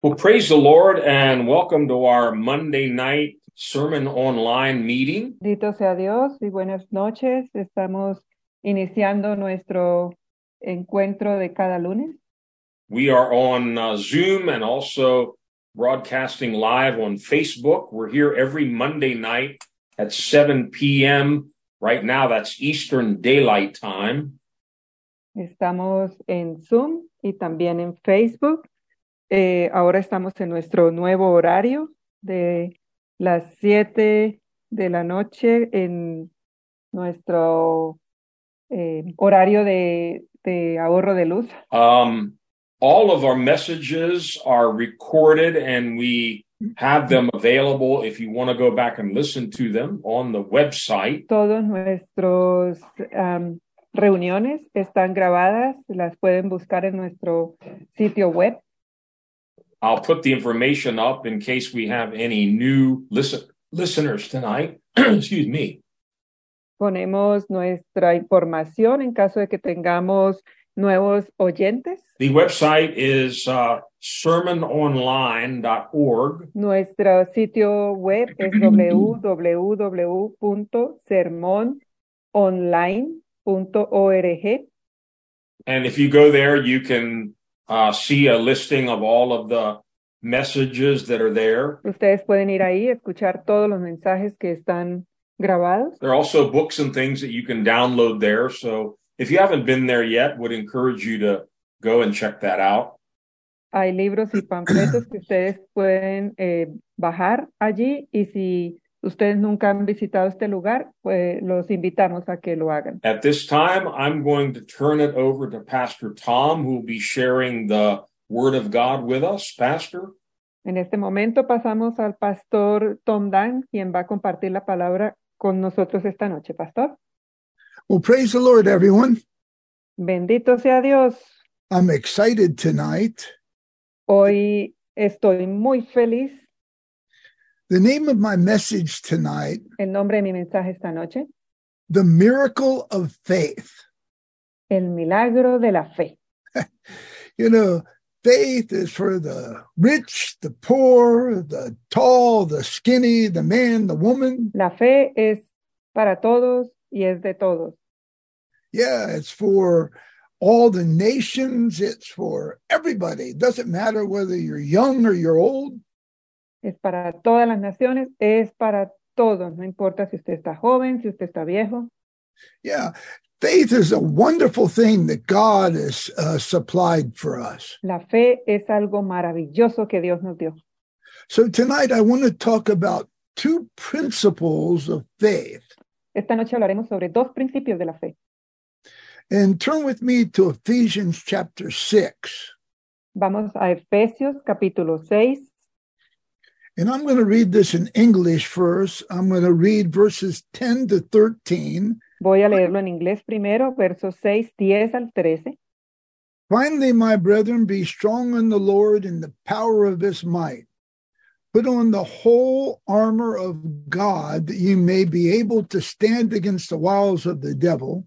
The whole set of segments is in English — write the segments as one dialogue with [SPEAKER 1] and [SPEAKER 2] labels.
[SPEAKER 1] Well, praise the Lord and welcome to our Monday night sermon online meeting.
[SPEAKER 2] Dito sea Dios y buenas noches. Estamos iniciando nuestro encuentro de cada lunes.
[SPEAKER 1] We are on uh, Zoom and also broadcasting live on Facebook. We're here every Monday night at 7 p.m. Right now, that's Eastern Daylight Time.
[SPEAKER 2] Estamos en Zoom y también en Facebook. Eh, ahora estamos en nuestro nuevo horario de las 7 de la noche en nuestro eh, horario de, de ahorro de luz.
[SPEAKER 1] Um, all of our messages are recorded and we have them available if you want to go back and listen to them on the website.
[SPEAKER 2] Todos nuestros am, reuniones están grabadas, las pueden buscar en nuestro sitio web.
[SPEAKER 1] I'll put the information up in case we have any new listen, listeners tonight. Excuse me.
[SPEAKER 2] Ponemos nuestra información en caso de que tengamos nuevos oyentes.
[SPEAKER 1] The website is uh, sermononline.org.
[SPEAKER 2] Nuestro sitio web es www.sermononline.org.
[SPEAKER 1] And if you go there, you can uh, see a listing of all of the messages that are there.
[SPEAKER 2] Ustedes pueden ir ahí, escuchar todos los mensajes que están grabados.
[SPEAKER 1] There are also books and things that you can download there. So if you haven't been there yet, would encourage you to go and check that out.
[SPEAKER 2] Hay libros y panfletos que ustedes pueden eh, bajar allí y si ustedes nunca han visitado este lugar, pues los invitamos a que lo hagan.
[SPEAKER 1] At this time, I'm going to turn it over to Pastor Tom, who will be sharing the Word of God with us. Pastor,
[SPEAKER 2] En este momento pasamos al pastor Tom Dan, quien va a compartir la palabra con nosotros esta noche. Pastor,
[SPEAKER 3] Well, praise the Lord, everyone.
[SPEAKER 2] bendito sea Dios.
[SPEAKER 3] I'm excited tonight.
[SPEAKER 2] Hoy estoy muy feliz.
[SPEAKER 3] The name of my message tonight,
[SPEAKER 2] El nombre de mi mensaje esta noche,
[SPEAKER 3] The Miracle of Faith.
[SPEAKER 2] el milagro de la fe.
[SPEAKER 3] You know, faith is for the rich, the poor, the tall, the skinny, the man, the woman.
[SPEAKER 2] La fe es para todos y es de todos.
[SPEAKER 3] Yeah, it's for all the nations, it's for everybody. It doesn't matter whether you're young or you're old.
[SPEAKER 2] Es para todas las naciones, es para todos. No importa si usted está joven, si usted está viejo.
[SPEAKER 3] Yeah, faith is a wonderful thing that God has uh, supplied for us.
[SPEAKER 2] La fe es algo maravilloso que Dios nos dio.
[SPEAKER 3] So tonight I want to talk about two principles of faith.
[SPEAKER 2] Esta noche hablaremos sobre dos principios de la fe.
[SPEAKER 3] And turn with me to Ephesians chapter 6.
[SPEAKER 2] Vamos a Efesios capítulo 6.
[SPEAKER 3] And I'm going to read this in English first. I'm going to read verses 10 to 13.
[SPEAKER 2] Voy a leerlo en inglés primero, versos 6, 10 al 13.
[SPEAKER 3] Finally, my brethren, be strong in the Lord and the power of his might. Put on the whole armor of God that you may be able to stand against the wiles of the devil.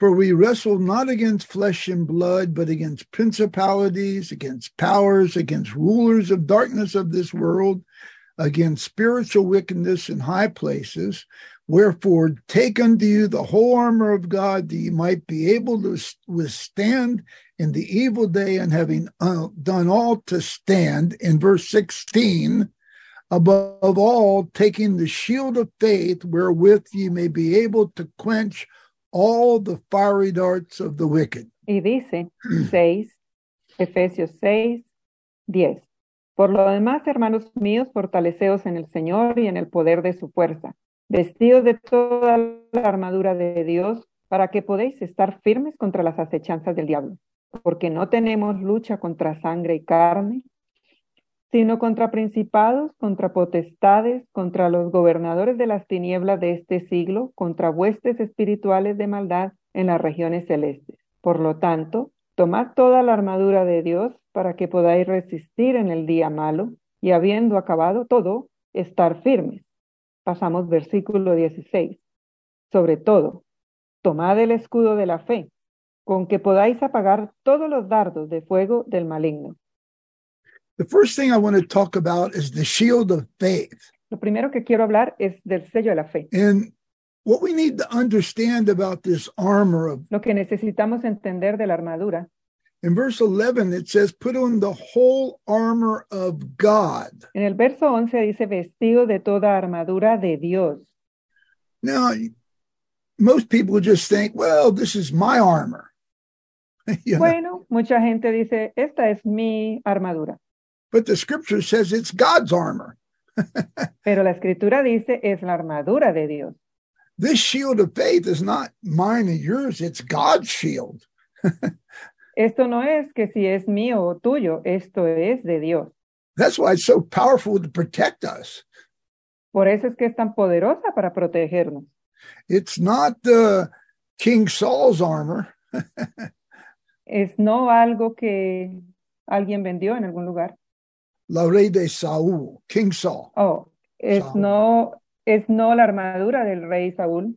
[SPEAKER 3] For we wrestle not against flesh and blood, but against principalities, against powers, against rulers of darkness of this world, against spiritual wickedness in high places. Wherefore, take unto you the whole armor of God that you might be able to withstand in the evil day and having uh, done all to stand in verse 16 above all taking the shield of faith wherewith ye may be able to quench all the fiery darts of the wicked
[SPEAKER 2] Y dice 6, Efesios 6, 10. Por lo demás, hermanos míos, fortaleceos en el Señor y en el poder de su fuerza, vestidos de toda la armadura de Dios, para que podéis estar firmes contra las acechanzas del diablo, porque no tenemos lucha contra sangre y carne, sino contra principados, contra potestades, contra los gobernadores de las tinieblas de este siglo, contra huestes espirituales de maldad en las regiones celestes. Por lo tanto, tomad toda la armadura de Dios para que podáis resistir en el día malo y habiendo acabado todo, estar firmes. Pasamos versículo 16. Sobre todo, tomad el escudo de la fe, con que podáis apagar todos los dardos de fuego del maligno.
[SPEAKER 3] The first thing I want to talk about is the shield of faith.
[SPEAKER 2] Lo primero que quiero hablar es del sello de la fe.
[SPEAKER 3] And what we need to understand about this armor of
[SPEAKER 2] Lo que necesitamos entender de la armadura.
[SPEAKER 3] in verse 11 it says put on the whole armor of God.
[SPEAKER 2] En el verso 11 dice, vestido de toda armadura de Dios.
[SPEAKER 3] Now most people just think, well, this is my armor. You know,
[SPEAKER 2] Bueno, mucha gente dice, esta es mi armadura,
[SPEAKER 3] but the scripture says it's God's armor.
[SPEAKER 2] pero la escritura dice, es la armadura de Dios.
[SPEAKER 3] This shield of faith is not mine or yours, it's God's shield.
[SPEAKER 2] Esto no es que si es mío o tuyo, esto es de Dios.
[SPEAKER 3] That's why it's so powerful to protect us.
[SPEAKER 2] Por eso es que es tan poderosa para protegernos.
[SPEAKER 3] It's not uh, King Saul's armor.
[SPEAKER 2] Es no algo que alguien vendió en algún lugar.
[SPEAKER 3] La Rey de Saul, King Saul,
[SPEAKER 2] Oh, es
[SPEAKER 3] Saúl.
[SPEAKER 2] no, es no la armadura del rey Saúl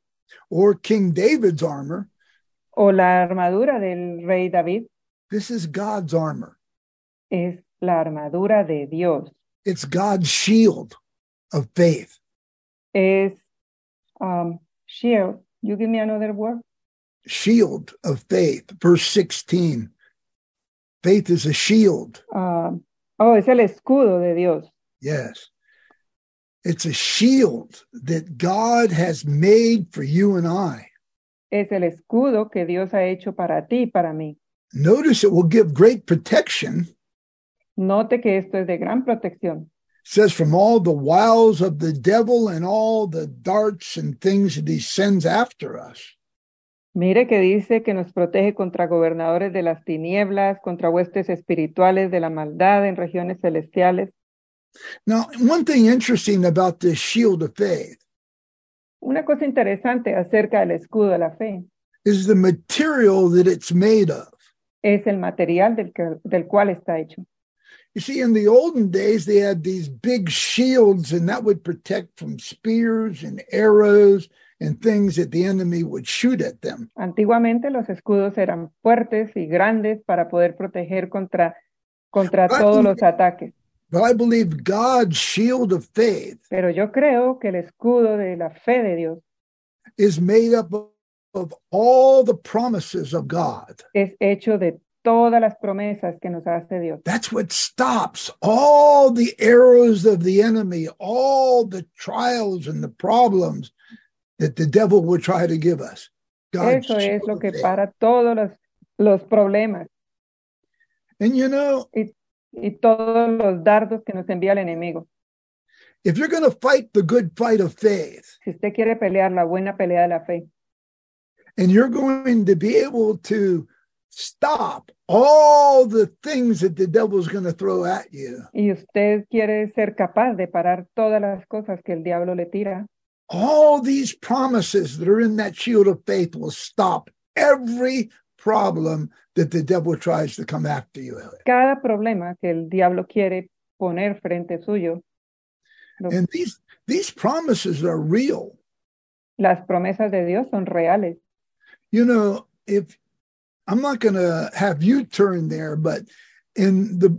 [SPEAKER 3] or King David's armor.
[SPEAKER 2] o la armadura del rey David,
[SPEAKER 3] This is God's armor.
[SPEAKER 2] es la armadura de Dios.
[SPEAKER 3] It's God's shield of faith.
[SPEAKER 2] Es um, shield. You give me another word.
[SPEAKER 3] Shield of faith. Verse 16. Faith is a shield.
[SPEAKER 2] Ah, oh, es el escudo de Dios.
[SPEAKER 3] Yes. It's a shield that God has made for you and I.
[SPEAKER 2] Es el escudo que Dios ha hecho para ti y para mí.
[SPEAKER 3] Notice it will give great protection, it
[SPEAKER 2] Note que esto es de gran protección.
[SPEAKER 3] says, from all the wiles of the devil and all the darts and things that he sends after us.
[SPEAKER 2] Mire que dice que nos protege contra gobernadores de las tinieblas, contra huestes espirituales de la maldad en regiones celestiales.
[SPEAKER 3] Now, one thing interesting about this shield of faith
[SPEAKER 2] Una cosa interesante acerca del escudo de la fe
[SPEAKER 3] is the material that it's made of.
[SPEAKER 2] es el material del, que- del cual está hecho.
[SPEAKER 3] You see, in the olden days, they had these big shields, and that would protect from spears and arrows and things that the enemy would shoot at them.
[SPEAKER 2] Antiguamente los escudos eran fuertes y grandes para poder proteger contra, contra
[SPEAKER 3] Ah,
[SPEAKER 2] todos
[SPEAKER 3] y-
[SPEAKER 2] los ataques.
[SPEAKER 3] But I believe God's shield of faith
[SPEAKER 2] Pero yo creo que el escudo de la fe de Dios
[SPEAKER 3] is made up of- of all the promises of God.
[SPEAKER 2] es hecho de todas las promesas que nos hace Dios.
[SPEAKER 3] That's what stops all the arrows of the enemy, all the trials and the problems that the devil will try to give us. God's
[SPEAKER 2] Eso es
[SPEAKER 3] shield
[SPEAKER 2] lo
[SPEAKER 3] of
[SPEAKER 2] que
[SPEAKER 3] faith.
[SPEAKER 2] para todos los, los problemas
[SPEAKER 3] And you know,
[SPEAKER 2] y todos los dardos que nos envía el enemigo.
[SPEAKER 3] if you're going to fight the good fight of faith
[SPEAKER 2] Si usted quiere pelear la buena pelea de la fe
[SPEAKER 3] and you're going to be able to stop all the things that the devil's going to throw at you,
[SPEAKER 2] y usted quiere ser capaz de parar todas las cosas que el diablo le tira,
[SPEAKER 3] all these promises that are in that shield of faith will stop every problem that the devil tries to come after you with.
[SPEAKER 2] cada problema que el diablo quiere poner frente suyo, lo-
[SPEAKER 3] And these these promises are real.
[SPEAKER 2] las promesas de Dios son reales.
[SPEAKER 3] You know, if I'm not going to have you turn there, but in the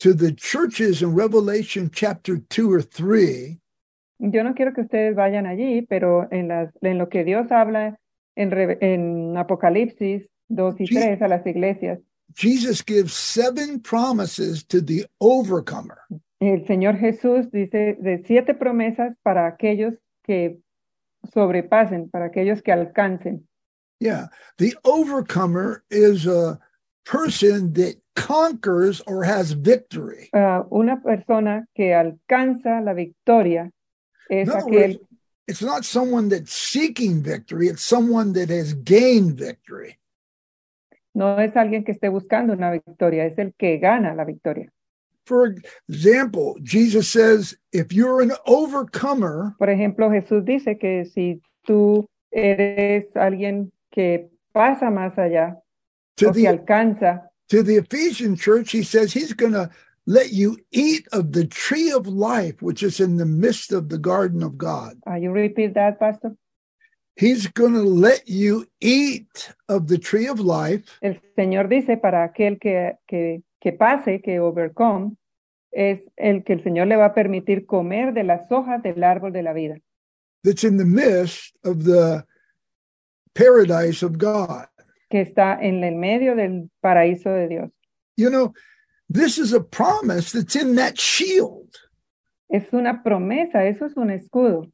[SPEAKER 3] to the churches in Revelation chapter 2 or 3,
[SPEAKER 2] Yo no quiero que ustedes vayan allí, pero en, las, en lo que Dios habla en, Re- en Apocalipsis 2 y
[SPEAKER 3] Sí.
[SPEAKER 2] 3 a las iglesias,
[SPEAKER 3] Jesus gives seven promises to the overcomer.
[SPEAKER 2] el Señor Jesús dice de siete promesas para aquellos que sobrepasen, para aquellos que alcancen.
[SPEAKER 3] Yeah. The overcomer is a person that conquers or has victory.
[SPEAKER 2] Ah, una persona que alcanza la victoria es
[SPEAKER 3] In other
[SPEAKER 2] aquel
[SPEAKER 3] words, it's not someone that's seeking victory, it's someone that has gained victory.
[SPEAKER 2] No es alguien que esté buscando una victoria, es el que gana la victoria.
[SPEAKER 3] For example, Jesus says, if you're an overcomer,
[SPEAKER 2] Por ejemplo, Jesús dice que si tú eres alguien que pasa más allá
[SPEAKER 3] to
[SPEAKER 2] o que
[SPEAKER 3] the
[SPEAKER 2] alcanza,
[SPEAKER 3] to the Ephesian church, he says he's gonna let you eat of the tree of life, which is in the midst of the garden of God.
[SPEAKER 2] Ah, you repeat that, pastor?
[SPEAKER 3] He's gonna let you eat of the tree of life
[SPEAKER 2] El Señor dice para aquel que, que, que pase, que overcome, es el que el Señor le va a permitir comer de las hojas del árbol de la vida,
[SPEAKER 3] that's in the midst of the paradise of God.
[SPEAKER 2] que está en el medio del paraíso de Dios.
[SPEAKER 3] You know, this is a promise that's in that shield.
[SPEAKER 2] Es una promesa, eso es un escudo.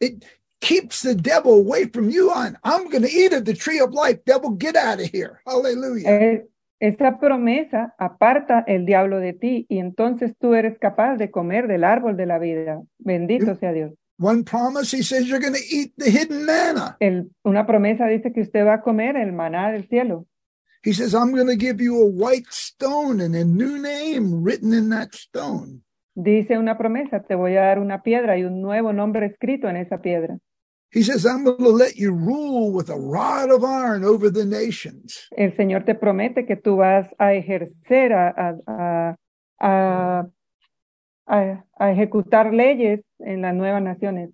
[SPEAKER 3] It keeps the devil away from you. On, I'm going to eat of the tree of life. Devil, get out of here. Hallelujah.
[SPEAKER 2] Eh, esta promesa aparta el diablo de ti y entonces tú eres capaz de comer del árbol de la vida. Bendito sea Dios.
[SPEAKER 3] One promise, he says, you're going to eat the hidden manna.
[SPEAKER 2] El- una promesa dice que usted va a comer el maná del cielo.
[SPEAKER 3] He says, I'm going to give you a white stone and a new name written in that stone.
[SPEAKER 2] Dice una promesa, te voy a dar una piedra y un nuevo nombre escrito en esa piedra.
[SPEAKER 3] He says, I'm going to let you rule with a rod of iron over the nations.
[SPEAKER 2] El Señor te promete que tú vas a ejercer, a, a- a- a- a- a ejecutar leyes en las nuevas naciones.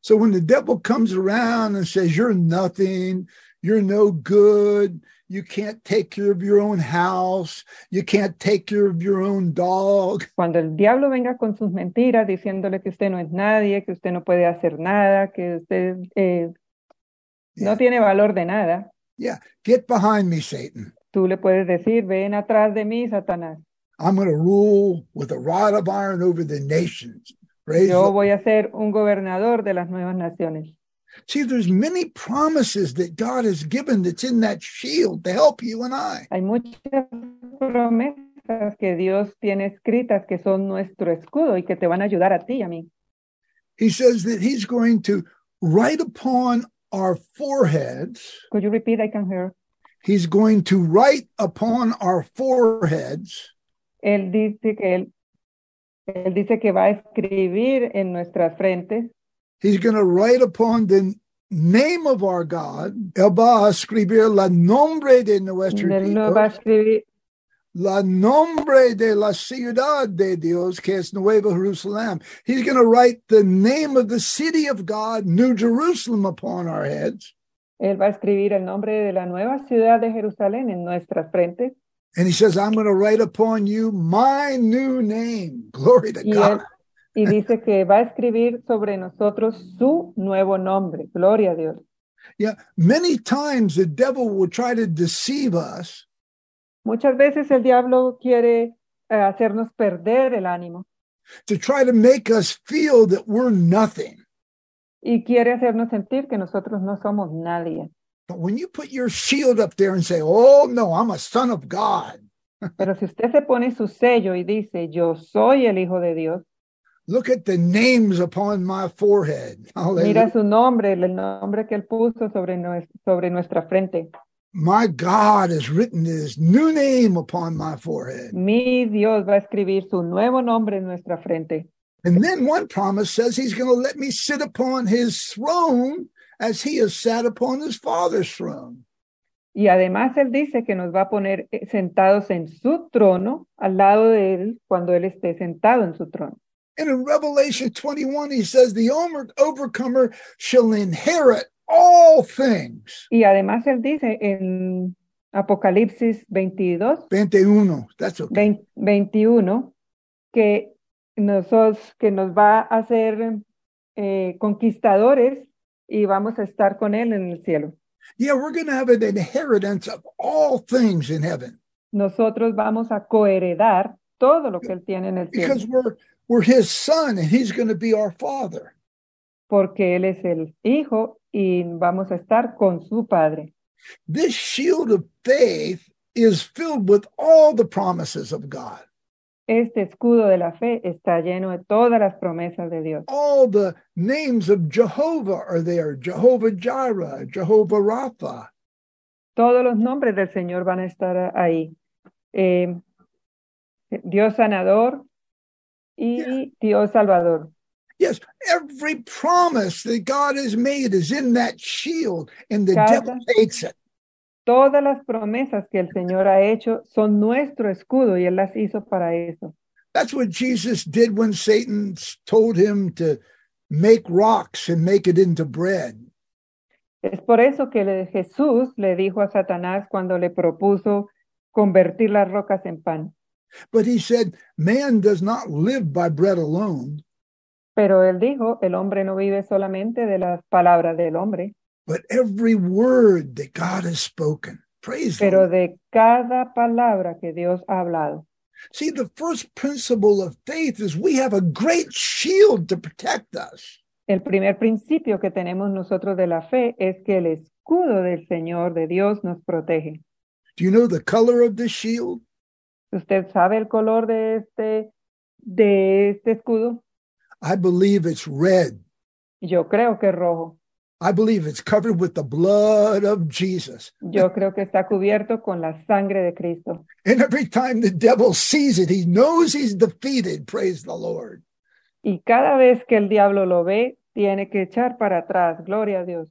[SPEAKER 3] So when the devil comes around and says, You're nothing, you're no good, you can't take care of your own house, you can't take care of your own dog,
[SPEAKER 2] Cuando el diablo venga con sus mentiras diciéndole que usted no es nadie, que usted no puede hacer nada, que usted eh, no tiene valor de nada,
[SPEAKER 3] get behind me, Satan.
[SPEAKER 2] tú le puedes decir, ven atrás de mí, Satanás.
[SPEAKER 3] I'm going to rule with a rod of iron over the nations. Praise the
[SPEAKER 2] Yo voy a ser un gobernador de las nuevas naciones.
[SPEAKER 3] See, there's many promises that God has given that's in that shield to help you and I.
[SPEAKER 2] Hay muchas promesas que Dios tiene escritas que son nuestro escudo y que te van a ayudar a ti y a mí.
[SPEAKER 3] He says that he's going to write upon our foreheads.
[SPEAKER 2] Could you repeat? I can hear.
[SPEAKER 3] He's going to write upon our foreheads
[SPEAKER 2] Él dice que él, él dice que va a escribir en nuestras frentes.
[SPEAKER 3] He's going to write upon the name of our God. Él va a escribir la nombre de nuestro
[SPEAKER 2] Él lo va a
[SPEAKER 3] Dios,
[SPEAKER 2] escribir
[SPEAKER 3] la nombre de la ciudad de Dios, que es Nueva Jerusalem. He's going to write the name of the city of God, New Jerusalem, upon our heads.
[SPEAKER 2] Él va a escribir el nombre de la nueva ciudad de Jerusalén en nuestras frentes
[SPEAKER 3] And he says, I'm going to write upon you my new name. Glory to
[SPEAKER 2] y,
[SPEAKER 3] God.
[SPEAKER 2] él- y dice que va a escribir sobre nosotros su nuevo nombre. Gloria a Dios.
[SPEAKER 3] Yeah. Many times the devil will try to deceive us
[SPEAKER 2] Muchas veces el diablo quiere eh, hacernos perder el ánimo
[SPEAKER 3] to try to make us feel that we're nothing.
[SPEAKER 2] y quiere hacernos sentir que nosotros no somos nadie.
[SPEAKER 3] But when you put your shield up there and say, Oh, no, I'm a son of God,
[SPEAKER 2] Pero si usted se pone su sello y dice, yo soy el Hijo de Dios,
[SPEAKER 3] look at the names upon my forehead.
[SPEAKER 2] mira
[SPEAKER 3] Hallelujah.
[SPEAKER 2] su nombre, el nombre que él puso sobre, nues- sobre nuestra frente.
[SPEAKER 3] My God has written his new name upon my forehead.
[SPEAKER 2] Mi Dios va a escribir su nuevo nombre en nuestra frente.
[SPEAKER 3] And then one promise says he's going to let me sit upon his throne as he has sat upon his father's throne.
[SPEAKER 2] Y además él dice que nos va a poner eh, sentados en su trono, al lado de él, cuando él esté sentado en su trono.
[SPEAKER 3] And in Revelation 21, he says, The over- overcomer shall inherit all things.
[SPEAKER 2] Y además él dice en Apocalipsis 22,
[SPEAKER 3] 21. That's okay.
[SPEAKER 2] 20 21, que, nosos- que nos va a hacer eh, conquistadores y vamos a estar con él en el cielo.
[SPEAKER 3] Yeah, we're going to have an inheritance of all things in heaven
[SPEAKER 2] Nosotros vamos a coheredar todo lo que él tiene en el cielo,
[SPEAKER 3] because we're we're his son and he's going to be our father.
[SPEAKER 2] porque él es el hijo y vamos a estar con su padre.
[SPEAKER 3] This shield of faith is filled with all the promises of God,
[SPEAKER 2] Este escudo de la fe está lleno de todas las promesas de Dios.
[SPEAKER 3] all the names of Jehovah are there Jehovah Jireh, Jehovah Rapha.
[SPEAKER 2] Todos los nombres del Señor van a estar ahí. Eh, Dios sanador y Dios salvador.
[SPEAKER 3] Yes, every promise that God has made is in that shield, and the
[SPEAKER 2] Cada-
[SPEAKER 3] devil hates it.
[SPEAKER 2] Todas las promesas que el Señor ha hecho son nuestro escudo y Él las hizo para eso.
[SPEAKER 3] That's what Jesus did when Satan told him to make rocks and make it into bread.
[SPEAKER 2] Es por eso que le- Jesús le dijo a Satanás cuando le propuso convertir las rocas en pan.
[SPEAKER 3] But he said, Man does not live by bread alone,
[SPEAKER 2] Pero él dijo, el hombre no vive solamente de las palabras del hombre,
[SPEAKER 3] but every word that God has spoken. Praise the
[SPEAKER 2] pero
[SPEAKER 3] Lord.
[SPEAKER 2] de cada palabra que Dios ha hablado.
[SPEAKER 3] See, the first principle of faith is we have a great shield to protect us.
[SPEAKER 2] El primer principio que tenemos nosotros de la fe es que el escudo del Señor de Dios nos protege.
[SPEAKER 3] Do you know the color of this shield?
[SPEAKER 2] ¿Usted sabe el color de este, de este escudo?
[SPEAKER 3] I believe it's red.
[SPEAKER 2] Yo creo que es rojo.
[SPEAKER 3] I believe it's covered with the blood of Jesus.
[SPEAKER 2] Yo creo que está cubierto con la sangre de Cristo.
[SPEAKER 3] And every time the devil sees it, he knows he's defeated. Praise the Lord.
[SPEAKER 2] Y cada vez que el diablo lo ve, tiene que echar para atrás. Gloria a Dios.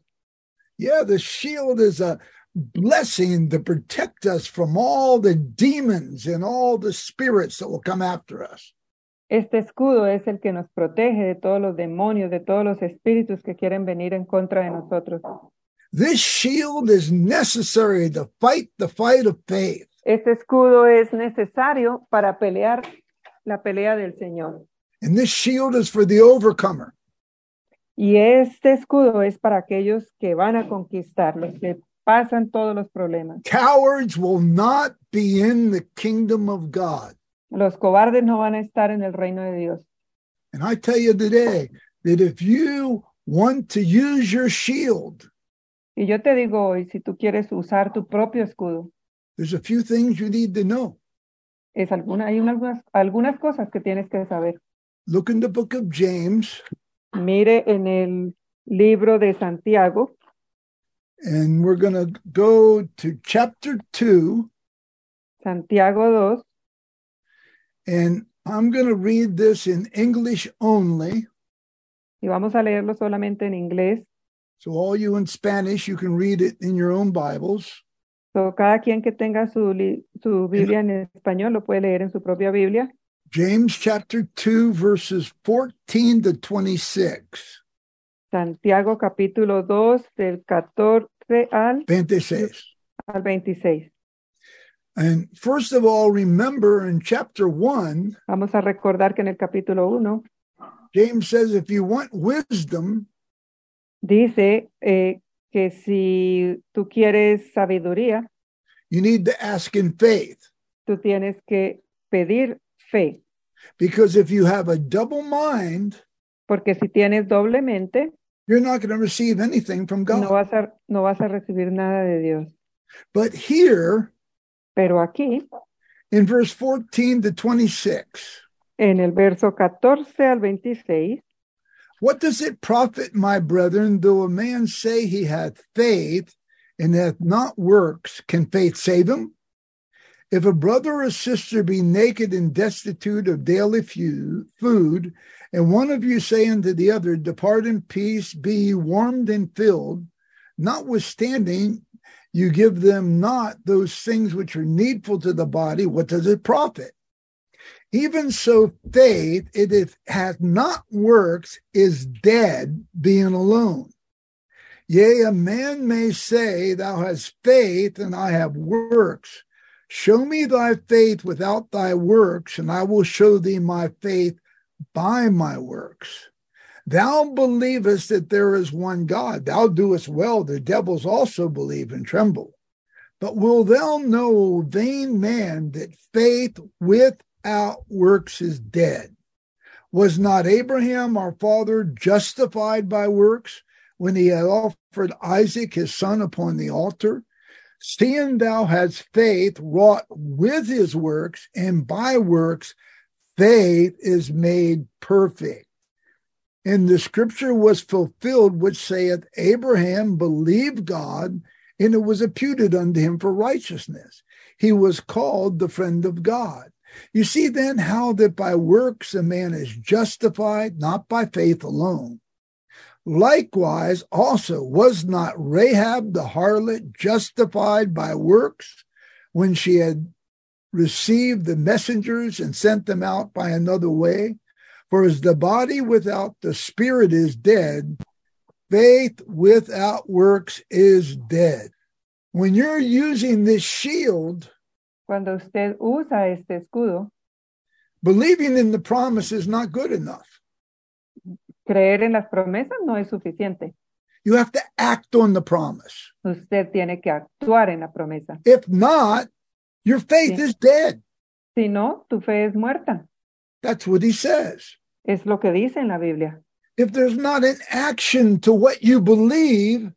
[SPEAKER 3] Yeah, the shield is a blessing to protect us from all the demons and all the spirits that will come after us.
[SPEAKER 2] Este escudo es el que nos protege de todos los demonios, de todos los espíritus que quieren venir en contra de nosotros.
[SPEAKER 3] This shield is necessary to fight the fight of faith.
[SPEAKER 2] Este escudo es necesario para pelear la pelea del Señor.
[SPEAKER 3] And this shield is for the overcomer.
[SPEAKER 2] Y este escudo es para aquellos que van a conquistar, los que pasan todos los problemas.
[SPEAKER 3] Cowards will not be in the kingdom of God.
[SPEAKER 2] Los cobardes no van a estar en el reino de Dios.
[SPEAKER 3] And I tell you today that if you want to use your shield,
[SPEAKER 2] Y yo te digo hoy, si tú quieres usar tu propio escudo,
[SPEAKER 3] there's a few things you need to know.
[SPEAKER 2] es alguna, hay algunas, algunas cosas que tienes que saber.
[SPEAKER 3] Look in the book of James,
[SPEAKER 2] Mire en el libro de Santiago,
[SPEAKER 3] and we're going to go to chapter 2,
[SPEAKER 2] Santiago 2,
[SPEAKER 3] and I'm going to read this in English only.
[SPEAKER 2] y vamos a leerlo solamente en inglés.
[SPEAKER 3] So, all you in Spanish, you can read it in your own Bibles.
[SPEAKER 2] So, cada quien que tenga su, li- su Biblia en español lo puede leer en su propia Biblia.
[SPEAKER 3] James chapter 2, verses 14 to 26.
[SPEAKER 2] Santiago capítulo 2 del 14 al,
[SPEAKER 3] 26.
[SPEAKER 2] al 26.
[SPEAKER 3] And first of all, remember in chapter 1,
[SPEAKER 2] Vamos a recordar que en el capítulo 1
[SPEAKER 3] James says, if you want wisdom,
[SPEAKER 2] dice eh, que si tú quieres sabiduría,
[SPEAKER 3] you need to ask in faith.
[SPEAKER 2] tú tienes que pedir fe,
[SPEAKER 3] Because if you have a double mind,
[SPEAKER 2] porque si tienes doblemente,
[SPEAKER 3] you're not going to receive anything from God.
[SPEAKER 2] no vas a, no vas a recibir nada de Dios.
[SPEAKER 3] But here
[SPEAKER 2] Pero aquí
[SPEAKER 3] in verse 14 to 26,
[SPEAKER 2] en el verso 14 al 26,
[SPEAKER 3] what does it profit, my brethren, though a man say he hath faith and hath not works? Can faith save him? If a brother or sister be naked and destitute of daily fu- food, and one of you say unto the other, Depart in peace, be ye warmed and filled, notwithstanding you give them not those things which are needful to the body, what does it profit? Even so, faith, if it hath not works, is dead, being alone. Yea, a man may say, Thou hast faith, and I have works. Show me thy faith without thy works, and I will show thee my faith by my works. Thou believest that there is one God. Thou doest well. The devils also believe and tremble. But wilt thou know, vain man, that faith without works is dead? Was not Abraham our father justified by works when he had offered Isaac his son upon the altar? Seeing thou hast faith wrought with his works, and by works faith is made perfect. And the scripture was fulfilled, which saith, Abraham believed God, and it was imputed unto him for righteousness. He was called the friend of God. You see then how that by works a man is justified, not by faith alone. Likewise, also was not Rahab the harlot justified by works when she had received the messengers and sent them out by another way? For as the body without the spirit is dead, faith without works is dead. When you're using this shield,
[SPEAKER 2] Cuando usted usa este escudo,
[SPEAKER 3] Believing in the promise is not good enough.
[SPEAKER 2] creer en las promesas no es suficiente.
[SPEAKER 3] You have to act on the promise.
[SPEAKER 2] Usted tiene que actuar en la promesa.
[SPEAKER 3] If not, your faith
[SPEAKER 2] Yeah.
[SPEAKER 3] is dead.
[SPEAKER 2] Si no, tu fe es muerta.
[SPEAKER 3] That's what he says.
[SPEAKER 2] Es lo que dice en la Biblia.
[SPEAKER 3] If there's not an action to what you believe,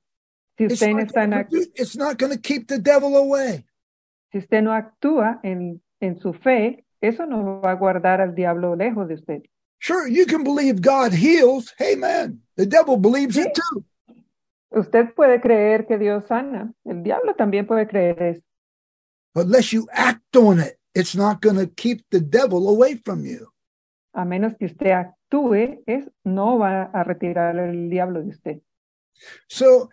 [SPEAKER 2] Si
[SPEAKER 3] it's
[SPEAKER 2] usted, no
[SPEAKER 3] not,
[SPEAKER 2] está en
[SPEAKER 3] gonna
[SPEAKER 2] ac-
[SPEAKER 3] do- it's not going to keep the devil away.
[SPEAKER 2] si usted no actúa en, en su fe, eso no va a guardar al diablo lejos de usted.
[SPEAKER 3] Sure, you can believe God heals. Hey, man, the devil believes it too.
[SPEAKER 2] Usted puede creer que Dios sana. El diablo también puede creer eso.
[SPEAKER 3] Unless you act on it, it's not going to keep the devil away from you.
[SPEAKER 2] A menos que usted actúe, es, no va a retirar el diablo de usted.
[SPEAKER 3] So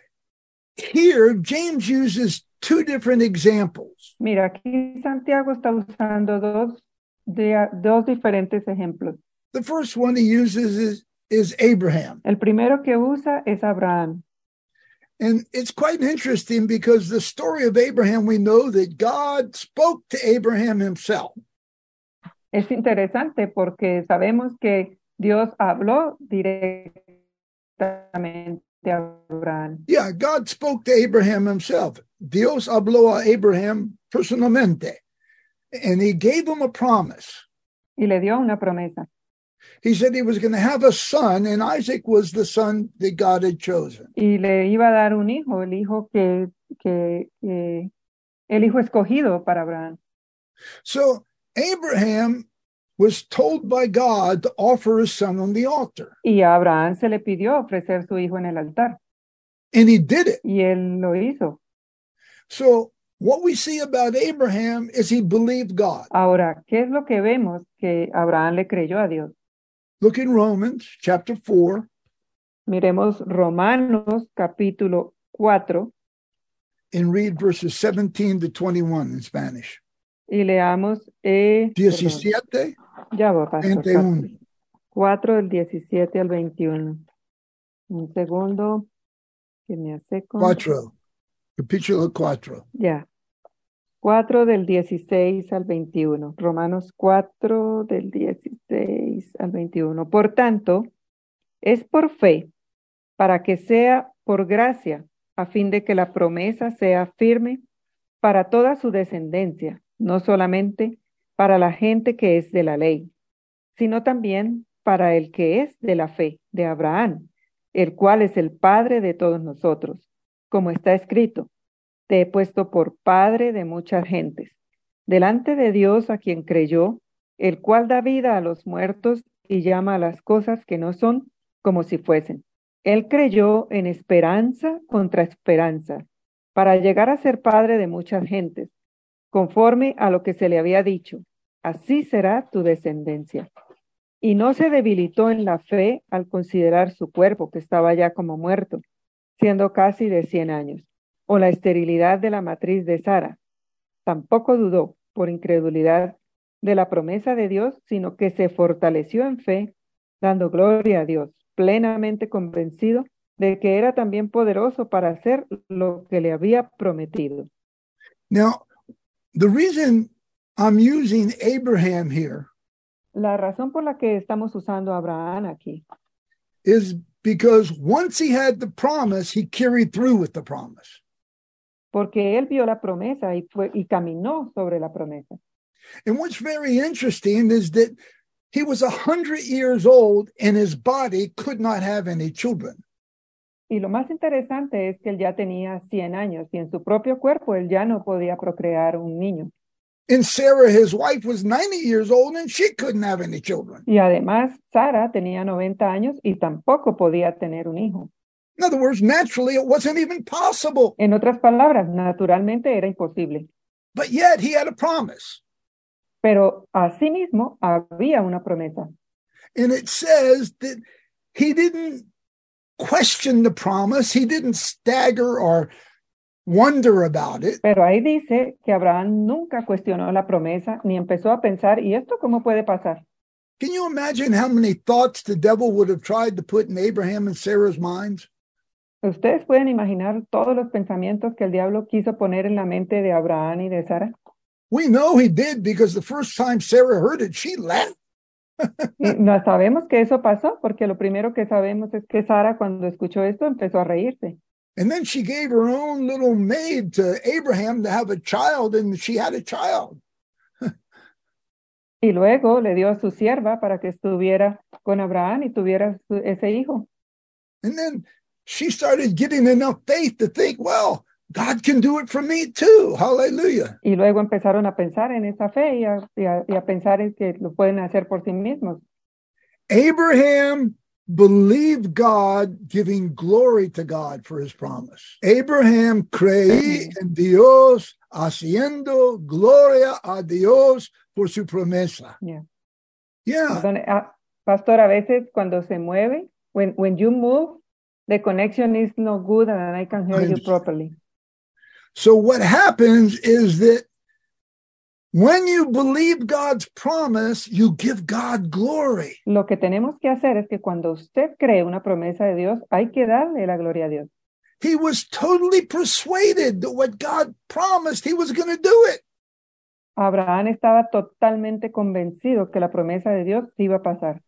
[SPEAKER 3] here, James uses two different examples.
[SPEAKER 2] Mira, aquí Santiago está usando dos, de- dos diferentes ejemplos.
[SPEAKER 3] The first one he uses is, is Abraham.
[SPEAKER 2] El primero que usa es Abraham.
[SPEAKER 3] And it's quite interesting because the story of Abraham, we know that God spoke to Abraham himself.
[SPEAKER 2] Es interesante porque sabemos que Dios habló directamente a Abraham.
[SPEAKER 3] Yeah, God spoke to Abraham himself. Dios habló a Abraham personalmente. And he gave him a promise.
[SPEAKER 2] y le dio una promesa.
[SPEAKER 3] He said he was going to have a son, and Isaac was the son that God had chosen.
[SPEAKER 2] Y le iba a dar un hijo, el hijo que, que, que- el hijo escogido para Abraham.
[SPEAKER 3] So Abraham was told by God to offer his son on the altar,
[SPEAKER 2] Y a Abraham se le pidió ofrecer su hijo en el altar.
[SPEAKER 3] and he did it.
[SPEAKER 2] Y él lo hizo.
[SPEAKER 3] So what we see about Abraham is he believed God.
[SPEAKER 2] Ahora, ¿qué es lo que vemos? Que Abraham le creyó a Dios.
[SPEAKER 3] Look in Romans chapter 4
[SPEAKER 2] Miremos Romanos capítulo 4
[SPEAKER 3] and read verses 17 to 21 in Spanish.
[SPEAKER 2] y leamos. Eh, perdón.
[SPEAKER 3] 17,
[SPEAKER 2] Ya va, Pastor.
[SPEAKER 3] 21.
[SPEAKER 2] 4 del 17 al 21. Un segundo. Que me hace con-
[SPEAKER 3] Cuatro. Capítulo cuatro.
[SPEAKER 2] Ya. 4 del 16 al 21. Romanos 4 del 16 al 21. Por tanto, es por fe, para que sea por gracia, a fin de que la promesa sea firme para toda su descendencia, no solamente para la gente que es de la ley, sino también para el que es de la fe de Abraham, el cual es el Padre de todos nosotros, como está escrito te he puesto por padre de muchas gentes, delante de Dios a quien creyó, el cual da vida a los muertos y llama a las cosas que no son como si fuesen. Él creyó en esperanza contra esperanza, para llegar a ser padre de muchas gentes, conforme a lo que se le había dicho, así será tu descendencia. Y no se debilitó en la fe al considerar su cuerpo, que estaba ya como muerto, siendo casi de cien años o la esterilidad de la matriz de Sara. Tampoco dudó por incredulidad de la promesa de Dios, sino que se fortaleció en fe, dando gloria a Dios, plenamente convencido de que era también poderoso para hacer lo que le había prometido.
[SPEAKER 3] Now, the reason I'm using Abraham here
[SPEAKER 2] La razón por la que estamos usando a Abraham aquí
[SPEAKER 3] is because once he had the promise, he carried through with the promise.
[SPEAKER 2] porque él vio la promesa y, fue, y caminó sobre la promesa.
[SPEAKER 3] And what's very interesting is that he was a hundred years old and his body could not have any children.
[SPEAKER 2] Y lo más interesante es que él ya tenía 100 años y en su propio cuerpo él ya no podía procrear un niño.
[SPEAKER 3] And Sarah, his wife, was 90 years old and she couldn't have any children.
[SPEAKER 2] Y además, Sara tenía 90 años y tampoco podía tener un hijo.
[SPEAKER 3] In other words, naturally, it wasn't even possible.
[SPEAKER 2] En otras palabras, naturalmente era imposible,
[SPEAKER 3] But yet he had a promise.
[SPEAKER 2] pero asimismo había una promesa.
[SPEAKER 3] And it says that he didn't question the promise, he didn't stagger or wonder about it.
[SPEAKER 2] Pero ahí dice que Abraham nunca cuestionó la promesa ni empezó a pensar, ¿y esto cómo puede pasar?
[SPEAKER 3] Can you imagine how many thoughts the devil would have tried to put in Abraham and Sarah's minds?
[SPEAKER 2] ¿Ustedes pueden imaginar todos los pensamientos que el diablo quiso poner en la mente de Abraham y de Sara?
[SPEAKER 3] We know he did because the first time Sarah heard it, she laughed.
[SPEAKER 2] Y no sabemos que eso pasó, porque lo primero que sabemos es que Sara cuando escuchó esto empezó a reírse.
[SPEAKER 3] And then she gave her own little maid to Abraham to have a child, and she had a child.
[SPEAKER 2] Y luego le dio a su sierva para que estuviera con Abraham y tuviera su- ese hijo.
[SPEAKER 3] And then she started getting enough faith to think, well, God can do it for me too. Hallelujah.
[SPEAKER 2] Y luego empezaron a pensar en esa fe y a, y a- y a pensar en que lo pueden hacer por sí mismos.
[SPEAKER 3] Abraham believed God, giving glory to God for his promise. Abraham creí en Dios, haciendo gloria a Dios por su promesa.
[SPEAKER 2] Yeah.
[SPEAKER 3] Yeah.
[SPEAKER 2] Perdone, ah, pastor, a veces cuando se mueve, when, when you move, the connection is no good and I can hear you
[SPEAKER 3] Understand.
[SPEAKER 2] properly.
[SPEAKER 3] So what happens is that when you believe God's promise, you give God glory.
[SPEAKER 2] Lo que tenemos que hacer es que cuando usted cree una promesa de Dios, hay que darle la gloria a Dios.
[SPEAKER 3] He was totally persuaded that what God promised, he was going to do it.
[SPEAKER 2] Abraham estaba totalmente convencido que la promesa de Dios sí iba a pasar.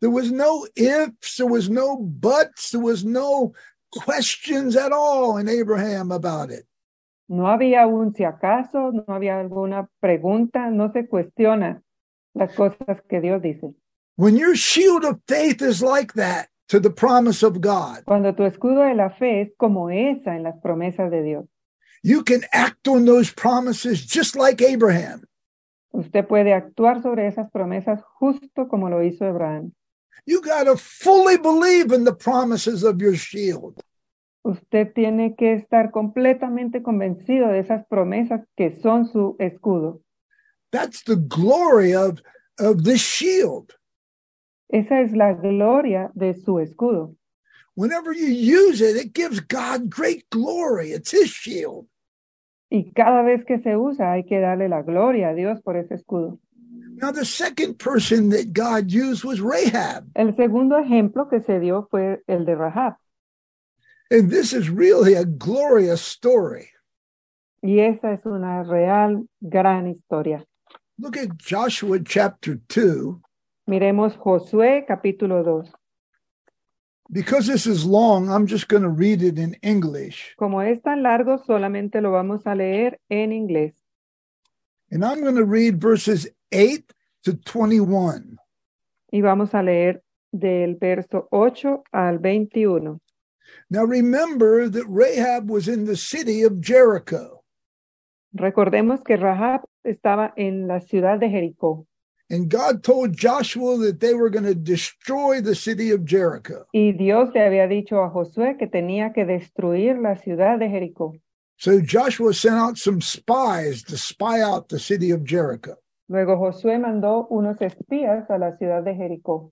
[SPEAKER 3] There was no ifs, there was no buts, there was no questions at all in Abraham about it.
[SPEAKER 2] No había un si acaso, no había alguna pregunta, no se cuestiona las cosas que Dios dice.
[SPEAKER 3] When your shield of faith is like that to the promise of God,
[SPEAKER 2] Cuando tu escudo de la fe es como esa en las promesas de Dios,
[SPEAKER 3] you can act on those promises just like Abraham.
[SPEAKER 2] usted puede actuar sobre esas promesas justo como lo hizo Abraham.
[SPEAKER 3] You got to fully believe in the promises of your shield.
[SPEAKER 2] Usted tiene que estar completamente convencido de esas promesas que son su escudo.
[SPEAKER 3] That's the glory of, of this shield.
[SPEAKER 2] Esa es la gloria de su escudo.
[SPEAKER 3] Whenever you use it, it gives God great glory. It's his shield.
[SPEAKER 2] Y cada vez que se usa hay que darle la gloria a Dios por ese escudo.
[SPEAKER 3] Now, the second person that God used was Rahab.
[SPEAKER 2] El segundo ejemplo que se dio fue el de Rahab.
[SPEAKER 3] And this is really a glorious story.
[SPEAKER 2] Y esa es una real gran historia.
[SPEAKER 3] Look at Joshua chapter 2.
[SPEAKER 2] Miremos Josué capítulo 2.
[SPEAKER 3] Because this is long, I'm just going to read it in English.
[SPEAKER 2] Como es tan largo, solamente lo vamos a leer en inglés.
[SPEAKER 3] And I'm going to read verses 8 to 21.
[SPEAKER 2] Y vamos a leer del verso 8 al 21.
[SPEAKER 3] Now, remember that Rahab was in the city of Jericho,
[SPEAKER 2] Recordemos que Rahab estaba en la ciudad de Jericó.
[SPEAKER 3] and God told Joshua that they were going to destroy the city of Jericho.
[SPEAKER 2] Y Dios le había dicho a Josué que tenía que destruir la ciudad de Jericó.
[SPEAKER 3] So Joshua sent out some spies to spy out the city of Jericho.
[SPEAKER 2] Luego Josué mandó unos espías a la ciudad de Jericó.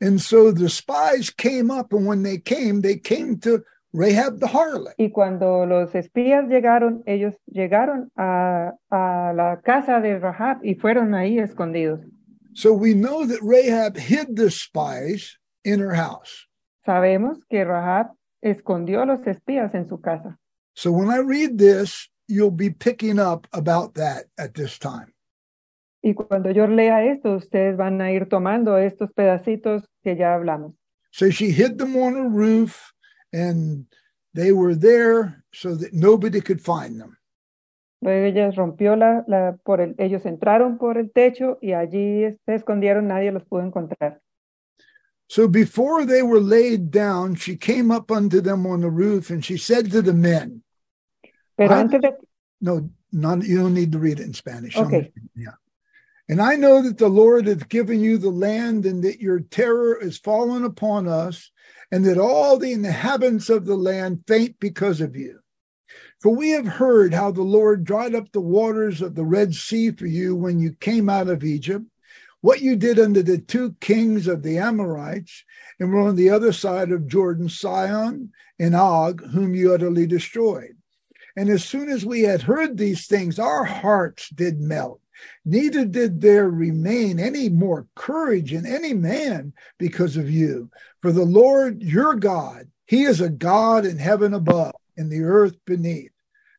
[SPEAKER 3] And so the spies came up, and when they came, they came to Rahab the harlot.
[SPEAKER 2] Y cuando los espías llegaron, ellos llegaron a, a la casa de Rahab y fueron ahí escondidos.
[SPEAKER 3] So we know that Rahab hid the spies in her house.
[SPEAKER 2] Sabemos que Rahab escondió a los espías en su casa.
[SPEAKER 3] So when I read this, you'll be picking up about that at this time.
[SPEAKER 2] Y cuando yo lea esto, ustedes van a ir tomando estos pedacitos que ya hablamos.
[SPEAKER 3] So she hid them on a roof, and they were there so that nobody could find them.
[SPEAKER 2] Luego ella rompió la, la- por el, ellos entraron por el techo y allí se escondieron, nadie los pudo encontrar.
[SPEAKER 3] So before they were laid down, she came up unto them on the roof, and she said to the men,
[SPEAKER 2] Pero
[SPEAKER 3] Ah,
[SPEAKER 2] antes de
[SPEAKER 3] No, not, you don't need to read it in Spanish. I'm-
[SPEAKER 2] Okay.
[SPEAKER 3] Yeah. And I know that the Lord hath given you the land, and that your terror is fallen upon us, and that all the inhabitants of the land faint because of you. For we have heard how the Lord dried up the waters of the Red Sea for you when you came out of Egypt, what you did unto the two kings of the Amorites, and were on the other side of Jordan, Sion and Og, whom you utterly destroyed. And as soon as we had heard these things, our hearts did melt. Neither did there remain any more courage in any man because of you. For the Lord your God, he is a God in heaven above and the earth beneath.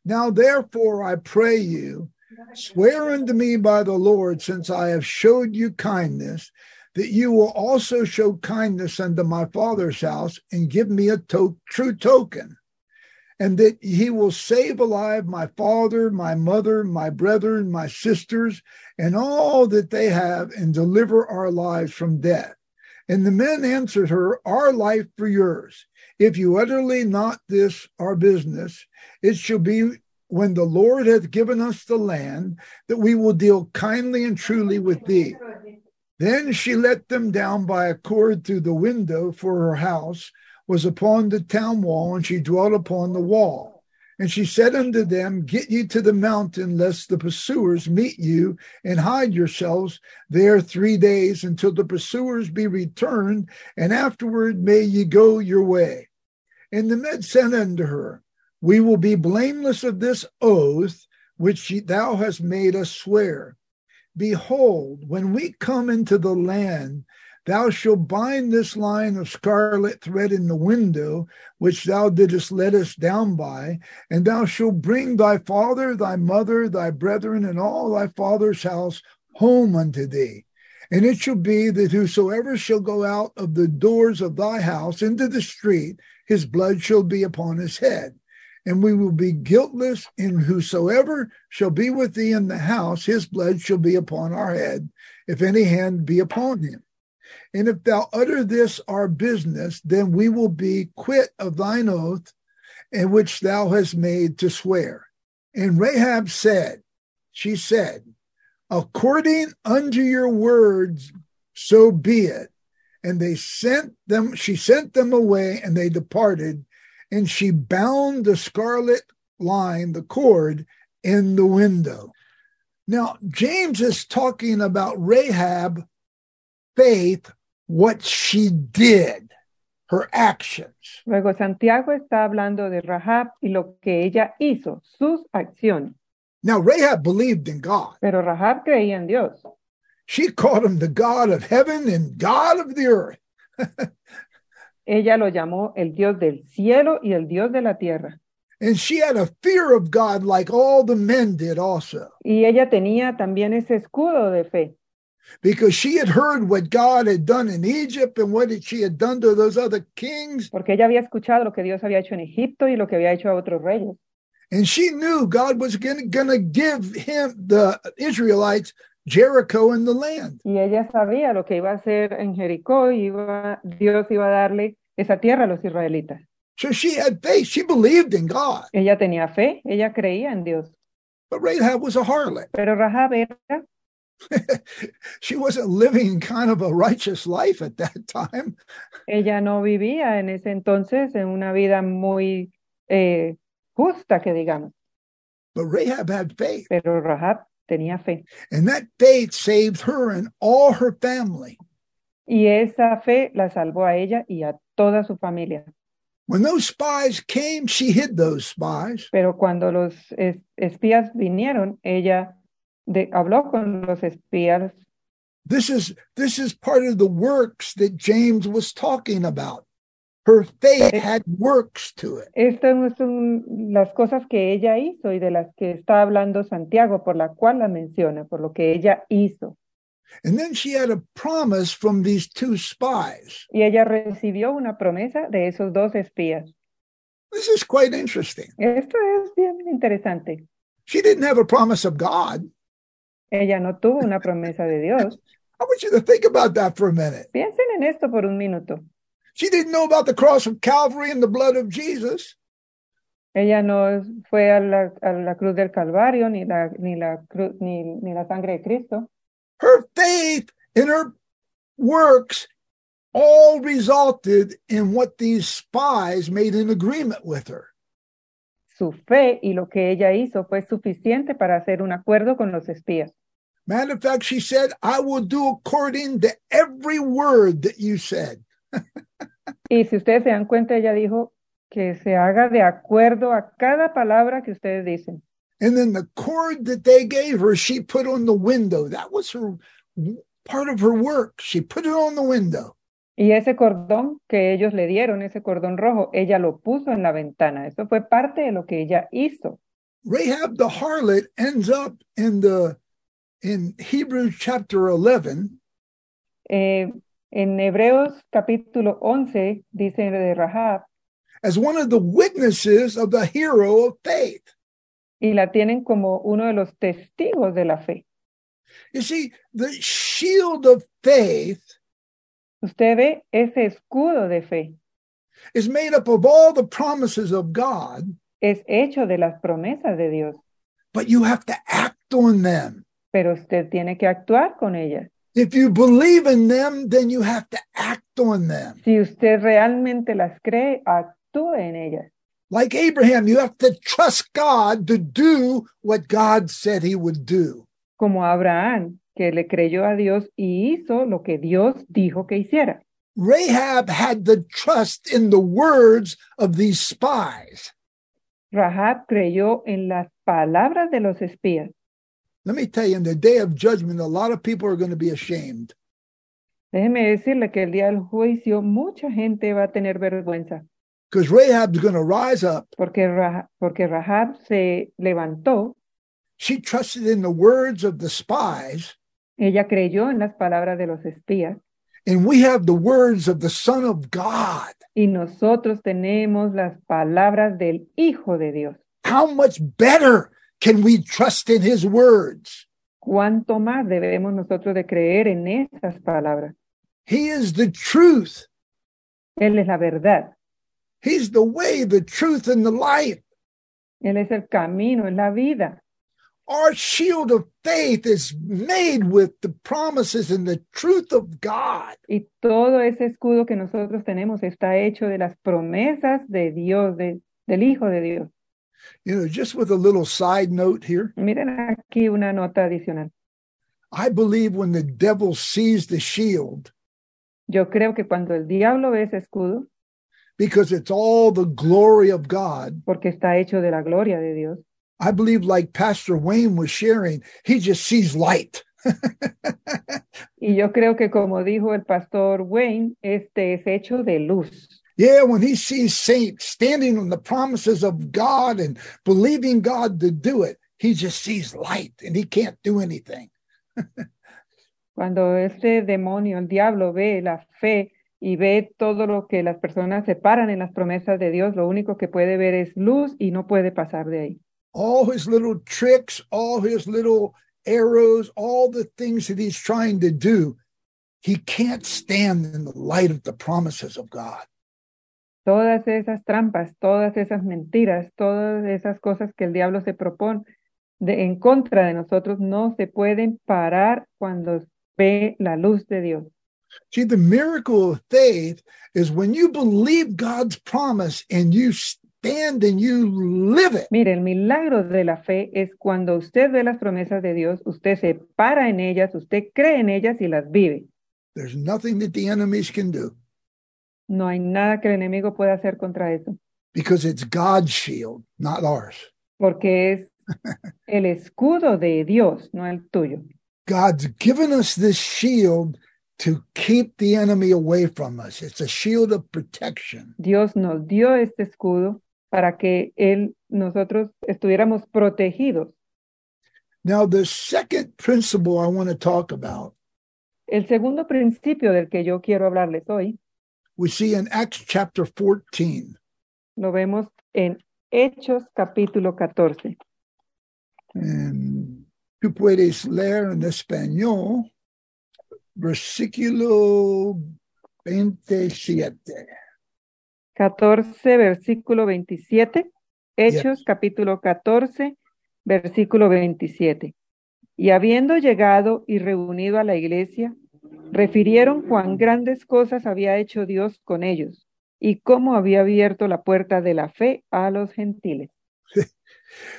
[SPEAKER 3] Now, therefore, I pray you, Swear unto me by the Lord, since I have showed you kindness, that you will also show kindness unto my father's house and give me a to- true token, and that he will save alive my father, my mother, my brethren, my sisters, and all that they have, and deliver our lives from death. And the men answered her, Our life for yours. If you utterly not this our business, it shall be when the Lord hath given us the land, that we will deal kindly and truly with thee. Then she let them down by a cord through the window, for her house was upon the town wall, and she dwelt upon the wall. And she said unto them, Get ye to the mountain, lest the pursuers meet you, and hide yourselves there three days until the pursuers be returned, and afterward may ye go your way. And the men said unto her, we will be blameless of this oath which thou hast made us swear. Behold, when we come into the land, thou shalt bind this line of scarlet thread in the window which thou didst let us down by, and thou shalt bring thy father, thy mother, thy brethren, and all thy father's house home unto thee. And it shall be that whosoever shall go out of the doors of thy house into the street, his blood shall be upon his head and we will be guiltless. And whosoever shall be with thee in the house, his blood shall be upon our head, if any hand be upon him. And if thou utter this our business, then we will be quit of thine oath, and which thou hast made to swear. And Rahab said, She said, According unto your words, so be it. And they sent them, she sent them away, and they departed and she bound the scarlet line, the cord, in the window. Now, James is talking about Rahab, faith, what she did, her actions.
[SPEAKER 2] Luego Santiago está hablando de Rahab y lo que ella hizo, sus acciones.
[SPEAKER 3] Now, Rahab believed in God.
[SPEAKER 2] Pero Rahab creía en Dios.
[SPEAKER 3] She called him the God of heaven and God of the earth.
[SPEAKER 2] Ella lo llamó el Dios del cielo y el Dios de la tierra.
[SPEAKER 3] And she had a fear of God like all the men did also,
[SPEAKER 2] Y ella tenía también ese escudo de fe,
[SPEAKER 3] because she had heard what God had done in Egypt and what she had done to those other kings.
[SPEAKER 2] porque ella había escuchado lo que Dios había hecho en Egipto y lo que había hecho a otros reyes.
[SPEAKER 3] And she knew God was going to give him, the Israelites, Jericho and the land.
[SPEAKER 2] Y ella sabía lo que iba a hacer en Jericó y iba- Dios iba a darle esa tierra a los israelitas.
[SPEAKER 3] So she had faith. She believed in God.
[SPEAKER 2] Ella tenía fe, ella creía en Dios.
[SPEAKER 3] But Rahab was a harlot.
[SPEAKER 2] Pero Rahab era,
[SPEAKER 3] She wasn't living kind of a righteous life at that time.
[SPEAKER 2] ella no vivía en ese entonces en una vida muy eh, justa, que digamos.
[SPEAKER 3] But Rahab had faith.
[SPEAKER 2] Pero Rahab tenía fe.
[SPEAKER 3] And that faith saved her and all her family.
[SPEAKER 2] Y esa fe la salvó a ella y a toda su familia.
[SPEAKER 3] When those spies came, she hid those spies.
[SPEAKER 2] Pero cuando los es- espías vinieron, ella de- habló con los espías.
[SPEAKER 3] This is this is part of the works that James was talking about. Her faith had works to it.
[SPEAKER 2] Estas son las cosas que ella hizo y de las que está hablando Santiago, por la cual la menciona, por lo que ella hizo.
[SPEAKER 3] And then she had a promise from these two spies.
[SPEAKER 2] Y ella recibió una promesa de esos dos espías.
[SPEAKER 3] This is quite interesting.
[SPEAKER 2] Esto es bien interesante.
[SPEAKER 3] She didn't have a promise of God.
[SPEAKER 2] Ella no tuvo una promesa de Dios.
[SPEAKER 3] I want you to think about that for a minute.
[SPEAKER 2] Piensen en esto por un minuto.
[SPEAKER 3] She didn't know about the cross of Calvary and the blood of Jesus.
[SPEAKER 2] Ella no es- fue a la, a la cruz del Calvario ni la, ni, la cru- ni, ni la sangre de Cristo.
[SPEAKER 3] Her faith and her works all resulted in what these spies made an agreement with her.
[SPEAKER 2] Su fe y lo que ella hizo fue suficiente para hacer un acuerdo con los espías.
[SPEAKER 3] Matter of fact, she said, I will do according to every word that you said.
[SPEAKER 2] Y si ustedes se dan cuenta, ella dijo que se haga de acuerdo a cada palabra que ustedes dicen.
[SPEAKER 3] And then the cord that they gave her, she put on the window. That was her part of her work. She put it on the window.
[SPEAKER 2] Y ese cordón que ellos le dieron, ese cordón rojo, ella lo puso en la ventana. Eso fue parte de lo que ella hizo.
[SPEAKER 3] Rahab the harlot ends up in the in Hebrews chapter 11
[SPEAKER 2] Eh, en Hebreos capítulo 11 dice de Rahab,
[SPEAKER 3] as one of the witnesses of the hero of faith.
[SPEAKER 2] y la tienen como uno de los testigos de la fe.
[SPEAKER 3] You see, the shield of faith
[SPEAKER 2] Usted ve ese escudo de fe,
[SPEAKER 3] is made up of all the promises of God,
[SPEAKER 2] es hecho de las promesas de Dios,
[SPEAKER 3] but you have to act on them.
[SPEAKER 2] pero usted tiene que actuar con ellas.
[SPEAKER 3] If you believe in them, then you have to act on them.
[SPEAKER 2] Si usted realmente las cree, actúe en ellas.
[SPEAKER 3] Like Abraham, you have to trust God to do what God said he would do.
[SPEAKER 2] Como Abraham, que le creyó a Dios y hizo lo que Dios dijo que hiciera.
[SPEAKER 3] Rahab had the trust in the words of these spies.
[SPEAKER 2] Rahab creyó en las palabras de los espías.
[SPEAKER 3] Let me tell you, in the day of judgment, a lot of people are going to be ashamed.
[SPEAKER 2] Déjeme decirle que el día del juicio mucha gente va a tener vergüenza
[SPEAKER 3] because Rahab's going to rise up.
[SPEAKER 2] porque, Raha- porque Rahab se levantó,
[SPEAKER 3] She trusted in the words of the spies,
[SPEAKER 2] ella creyó en las palabras de los espías
[SPEAKER 3] and we have the words of the Son of God.
[SPEAKER 2] y nosotros tenemos las palabras del Hijo de Dios.
[SPEAKER 3] How much better can we trust in His words?
[SPEAKER 2] ¿Cuánto más debemos nosotros de creer en esas palabras?
[SPEAKER 3] He is the truth.
[SPEAKER 2] Él es la verdad,
[SPEAKER 3] He's the way, the truth, and the life.
[SPEAKER 2] Él es el camino, es la vida.
[SPEAKER 3] Our shield of faith is made with the promises and the truth of God.
[SPEAKER 2] Y todo ese escudo que nosotros tenemos está hecho de las promesas de Dios, de- del Hijo de Dios.
[SPEAKER 3] You know, just with a little side note here,
[SPEAKER 2] Miren aquí una nota adicional.
[SPEAKER 3] I believe when the devil sees the shield,
[SPEAKER 2] Yo creo que cuando el diablo ve ese escudo,
[SPEAKER 3] because it's all the glory of God,
[SPEAKER 2] porque está hecho de la gloria de Dios,
[SPEAKER 3] I believe, like Pastor Wayne was sharing, he just sees light.
[SPEAKER 2] y yo creo que como dijo el pastor Wayne, este es hecho de luz.
[SPEAKER 3] Yeah, when he sees saints standing on the promises of God and believing God to do it, he just sees light and he can't do anything.
[SPEAKER 2] Cuando este demonio, el diablo, ve la fe y ve todo lo que las personas se paran en las promesas de Dios, lo único que puede ver es luz y no puede pasar de ahí.
[SPEAKER 3] All his little tricks, all his little arrows, all the things that he's trying to do, he can't stand in the light of the promises of God.
[SPEAKER 2] Todas esas trampas, todas esas mentiras, todas esas cosas que el diablo se propone de- en contra de nosotros no se pueden parar cuando ve la luz de Dios.
[SPEAKER 3] See, the miracle of faith is when you believe God's promise and you stand and you live it.
[SPEAKER 2] Mire, el milagro de la fe es cuando usted ve las promesas de Dios, usted se para en ellas, usted cree en ellas y las vive.
[SPEAKER 3] There's nothing that the enemies can do
[SPEAKER 2] No hay nada que el enemigo pueda hacer contra eso,
[SPEAKER 3] because it's God's shield, not ours.
[SPEAKER 2] porque es el escudo de Dios, no el tuyo.
[SPEAKER 3] God's given us this shield to keep the enemy away from us. It's a shield of protection.
[SPEAKER 2] Dios nos dio este escudo para que él nosotros estuviéramos protegidos.
[SPEAKER 3] Now, the second principle I want to talk about,
[SPEAKER 2] El segundo principio del que yo quiero hablarles hoy
[SPEAKER 3] we see in Acts chapter 14.
[SPEAKER 2] lo vemos en Hechos capítulo 14.
[SPEAKER 3] En, tú puedes leer en español, versículo 27.
[SPEAKER 2] 14 versículo 27. Hechos capítulo 14 versículo 27. Y habiendo llegado y reunido a la iglesia, refirieron cuán grandes cosas había hecho Dios con ellos y cómo había abierto la puerta de la fe a los gentiles.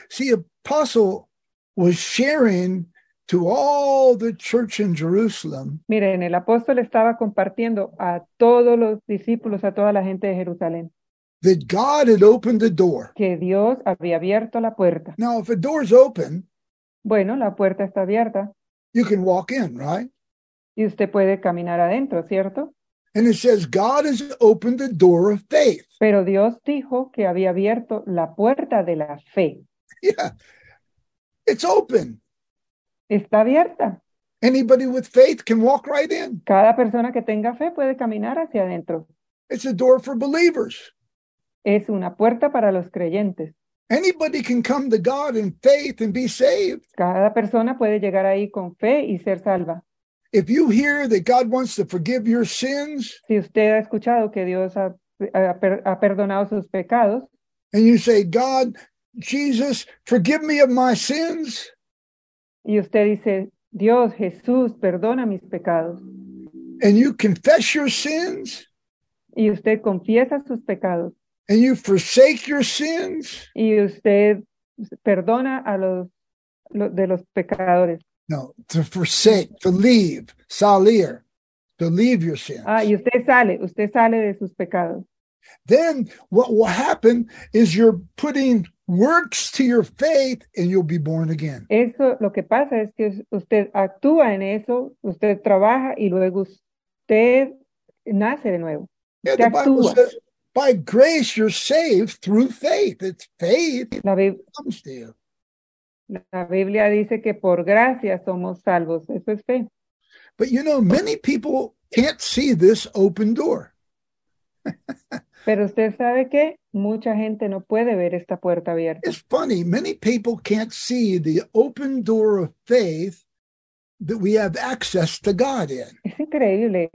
[SPEAKER 3] See, Apostle was sharing to all the church in Jerusalem
[SPEAKER 2] Miren, el apóstol estaba compartiendo a todos los discípulos, a toda la gente de Jerusalén,
[SPEAKER 3] that God had opened the door.
[SPEAKER 2] que Dios había abierto la puerta.
[SPEAKER 3] Now, if a door's open,
[SPEAKER 2] Bueno, la puerta está abierta
[SPEAKER 3] you can walk in, right?
[SPEAKER 2] y usted puede caminar adentro, ¿cierto?
[SPEAKER 3] And it says, God has opened the door of faith.
[SPEAKER 2] Pero Dios dijo que había abierto la puerta de la fe.
[SPEAKER 3] yeah. It's open.
[SPEAKER 2] Está abierta.
[SPEAKER 3] Anybody with faith can walk right in.
[SPEAKER 2] Cada persona que tenga fe puede caminar hacia adentro.
[SPEAKER 3] It's a door for believers.
[SPEAKER 2] Es una puerta para los creyentes.
[SPEAKER 3] Anybody can come to God in faith and be saved.
[SPEAKER 2] Cada persona puede llegar ahí con fe y ser salva.
[SPEAKER 3] If you hear that God wants to forgive your sins
[SPEAKER 2] Si usted ha escuchado que Dios ha, ha per- ha perdonado sus pecados
[SPEAKER 3] and you say, God, Jesus, forgive me of my sins,
[SPEAKER 2] y usted dice, Dios, Jesús, perdona mis pecados,
[SPEAKER 3] and you confess your sins
[SPEAKER 2] y usted confiesa sus pecados
[SPEAKER 3] and you forsake your sins,
[SPEAKER 2] y usted perdona a los, lo- de los pecadores.
[SPEAKER 3] no, to forsake, to leave, salir, to leave your sins.
[SPEAKER 2] Ah, y usted sale, usted sale de sus pecados.
[SPEAKER 3] then what will happen is you're putting works to your faith and you'll be born again.
[SPEAKER 2] Eso lo que pasa es que us- usted actúa en eso, usted trabaja y luego usted nace de nuevo.
[SPEAKER 3] Yeah,
[SPEAKER 2] Te
[SPEAKER 3] the Bible
[SPEAKER 2] actúa.
[SPEAKER 3] says, by grace you're saved through faith. It's faith that
[SPEAKER 2] La, Bib-
[SPEAKER 3] comes to you.
[SPEAKER 2] la Biblia dice que por gracia somos salvos. Eso es fe.
[SPEAKER 3] But you know, many people can't see this open door.
[SPEAKER 2] Pero usted sabe que mucha gente no puede ver esta puerta abierta.
[SPEAKER 3] It's funny, many people can't see the open door of faith that we have access to God in.
[SPEAKER 2] Es increíble.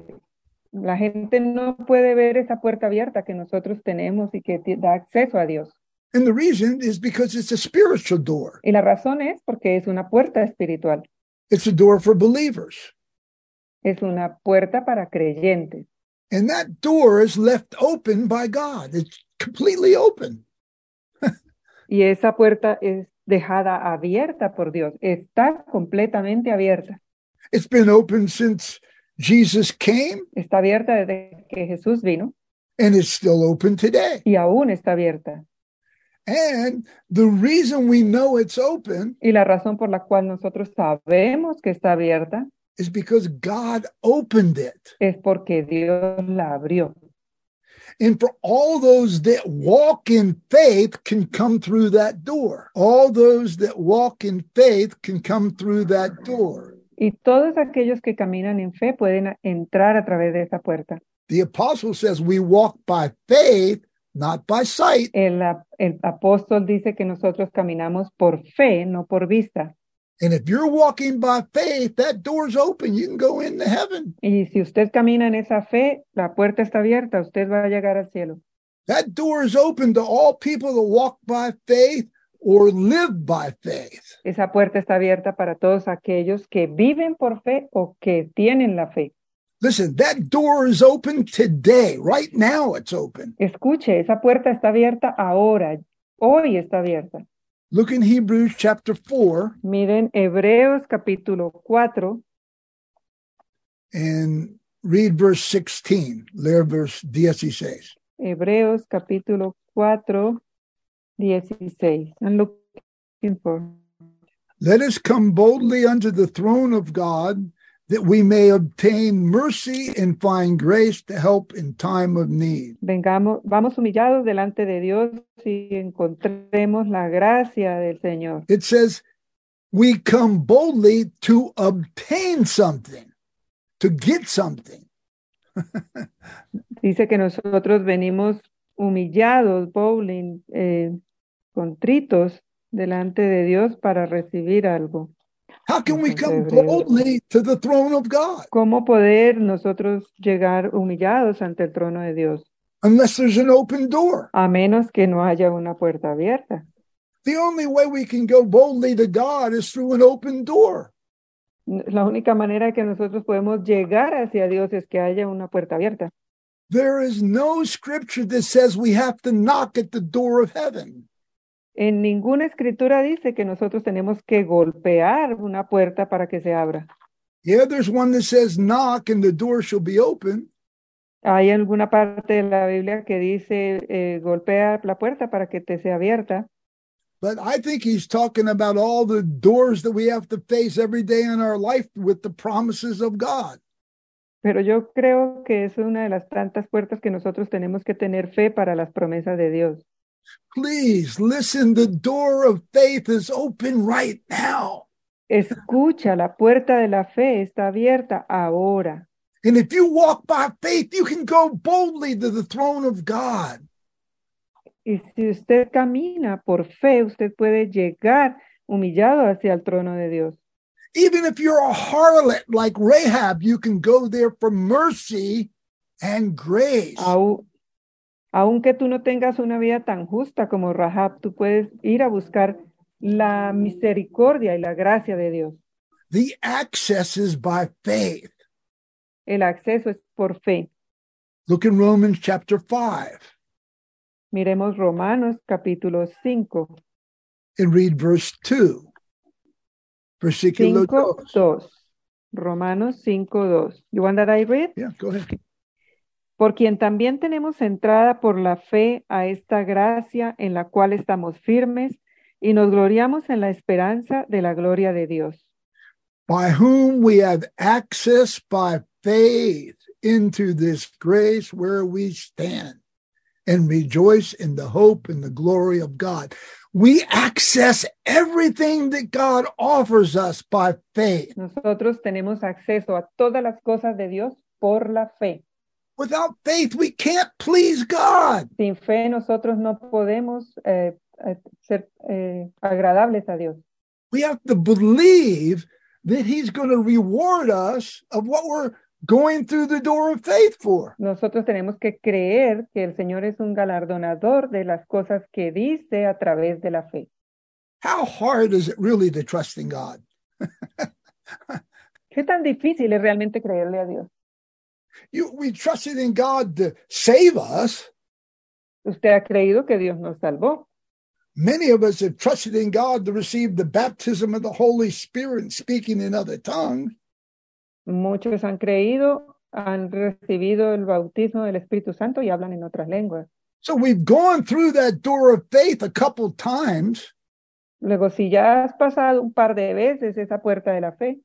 [SPEAKER 2] La gente no puede ver esa puerta abierta que nosotros tenemos y que te- da acceso a Dios.
[SPEAKER 3] And the reason is because it's a spiritual door.
[SPEAKER 2] Y la razón es porque es una puerta espiritual,
[SPEAKER 3] It's a door for believers.
[SPEAKER 2] es una puerta para creyentes.
[SPEAKER 3] And that door is left open by God. It's completely open.
[SPEAKER 2] Y esa puerta es dejada abierta por Dios, está completamente abierta.
[SPEAKER 3] It's been open since Jesus came
[SPEAKER 2] Está abierta desde que Jesús vino
[SPEAKER 3] and it's still open today.
[SPEAKER 2] y aún está abierta.
[SPEAKER 3] And the reason we know it's open
[SPEAKER 2] Y la razón por la cual nosotros sabemos que está abierta
[SPEAKER 3] is because God opened it.
[SPEAKER 2] es porque Dios la abrió.
[SPEAKER 3] And for all those that walk in faith can come through that door. All those that walk in faith can come through that door.
[SPEAKER 2] Y todos aquellos que caminan en fe pueden a- entrar a través de esa puerta.
[SPEAKER 3] The apostle says we walk by faith, not by sight.
[SPEAKER 2] El, ap- el apóstol dice que nosotros caminamos por fe, no por vista.
[SPEAKER 3] And if you're walking by faith, that door's open. You can go into heaven.
[SPEAKER 2] Y si usted camina en esa fe, la puerta está abierta, usted va a llegar al cielo.
[SPEAKER 3] That door is open to all people that walk by faith or live by faith.
[SPEAKER 2] Esa puerta está abierta para todos aquellos que viven por fe o que tienen la fe.
[SPEAKER 3] Listen, that door is open today. Right now, it's open.
[SPEAKER 2] Escuche, esa puerta está abierta ahora, hoy está abierta.
[SPEAKER 3] Look in Hebrews chapter 4
[SPEAKER 2] Miren Hebreos capítulo 4,
[SPEAKER 3] and read verse 16. There, verse 16.
[SPEAKER 2] Hebreos capítulo 4, 16. I'm looking for.
[SPEAKER 3] Let us come boldly unto the throne of God that we may obtain mercy and find grace to help in time of need.
[SPEAKER 2] Vengamos, vamos humillados delante de Dios y encontremos la gracia del Señor.
[SPEAKER 3] it says we come boldly to obtain something, to get something.
[SPEAKER 2] Dice que nosotros venimos humillados, bowling, eh, contritos delante de Dios para recibir algo.
[SPEAKER 3] How can we
[SPEAKER 2] Okay,
[SPEAKER 3] come
[SPEAKER 2] David.
[SPEAKER 3] boldly to the throne of God
[SPEAKER 2] ¿Cómo poder nosotros llegar humillados ante el trono de Dios?
[SPEAKER 3] unless there's an open door?
[SPEAKER 2] A menos que no haya una puerta abierta.
[SPEAKER 3] The only way we can go boldly to God is through an open door.
[SPEAKER 2] La única manera que nosotros podemos llegar hacia Dios es que haya una puerta abierta.
[SPEAKER 3] There is no scripture that says we have to knock at the door of heaven.
[SPEAKER 2] En ninguna escritura dice que nosotros tenemos que golpear una puerta para que se abra.
[SPEAKER 3] Yeah, there's one that says knock and the door shall be open,
[SPEAKER 2] Hay alguna parte de la Biblia que dice eh, golpea la puerta para que te sea abierta,
[SPEAKER 3] but I think he's talking about all the doors that we have to face every day in our life with the promises of God.
[SPEAKER 2] pero yo creo que es una de las tantas puertas que nosotros tenemos que tener fe para las promesas de Dios.
[SPEAKER 3] Please listen. The door of faith is open right now.
[SPEAKER 2] Escucha, la puerta de la fe está abierta ahora.
[SPEAKER 3] And if you walk by faith, you can go boldly to the throne of God.
[SPEAKER 2] Y si usted camina por fe, usted puede llegar humillado hacia el trono de Dios.
[SPEAKER 3] Even if you're a harlot like Rahab, you can go there for mercy and grace.
[SPEAKER 2] Au- aunque tú no tengas una vida tan justa como Rahab, tú puedes ir a buscar la misericordia y la gracia de Dios.
[SPEAKER 3] The access is by faith.
[SPEAKER 2] El acceso es por fe.
[SPEAKER 3] Look in Romans chapter 5
[SPEAKER 2] Miremos Romanos capítulo 5,
[SPEAKER 3] and read verse 2. Versículo
[SPEAKER 2] 5,
[SPEAKER 3] 2.
[SPEAKER 2] 2. Romanos 5, 2. You want that I read?
[SPEAKER 3] Yeah, go ahead.
[SPEAKER 2] por quien también tenemos entrada por la fe a esta gracia en la cual estamos firmes y nos gloriamos en la esperanza de la gloria de Dios,
[SPEAKER 3] By whom we have access by faith into this grace where we stand and rejoice in the hope and the glory of God. We access everything that God offers us by faith.
[SPEAKER 2] nosotros tenemos acceso a todas las cosas de Dios por la fe.
[SPEAKER 3] Without faith, we can't please God.
[SPEAKER 2] Sin fe nosotros no podemos eh, eh, ser eh, agradables a Dios.
[SPEAKER 3] We have to believe that He's going to reward us of what we're going through the door of faith for.
[SPEAKER 2] Nosotros tenemos que creer que el Señor es un galardonador de las cosas que dice a través de la fe.
[SPEAKER 3] How hard is it really to trust in God?
[SPEAKER 2] ¿Qué tan difícil es realmente creerle a Dios?
[SPEAKER 3] You, we trusted in God to save us.
[SPEAKER 2] Usted ha creído que Dios nos salvó.
[SPEAKER 3] Many of us have trusted in God to receive the baptism of the Holy Spirit and speaking in other tongues.
[SPEAKER 2] Muchos han creído, han recibido el bautismo del Espíritu Santo y hablan en otras lenguas.
[SPEAKER 3] So we've gone through that door of faith a couple times.
[SPEAKER 2] Luego, si ya has pasado un par de veces esa puerta de la fe,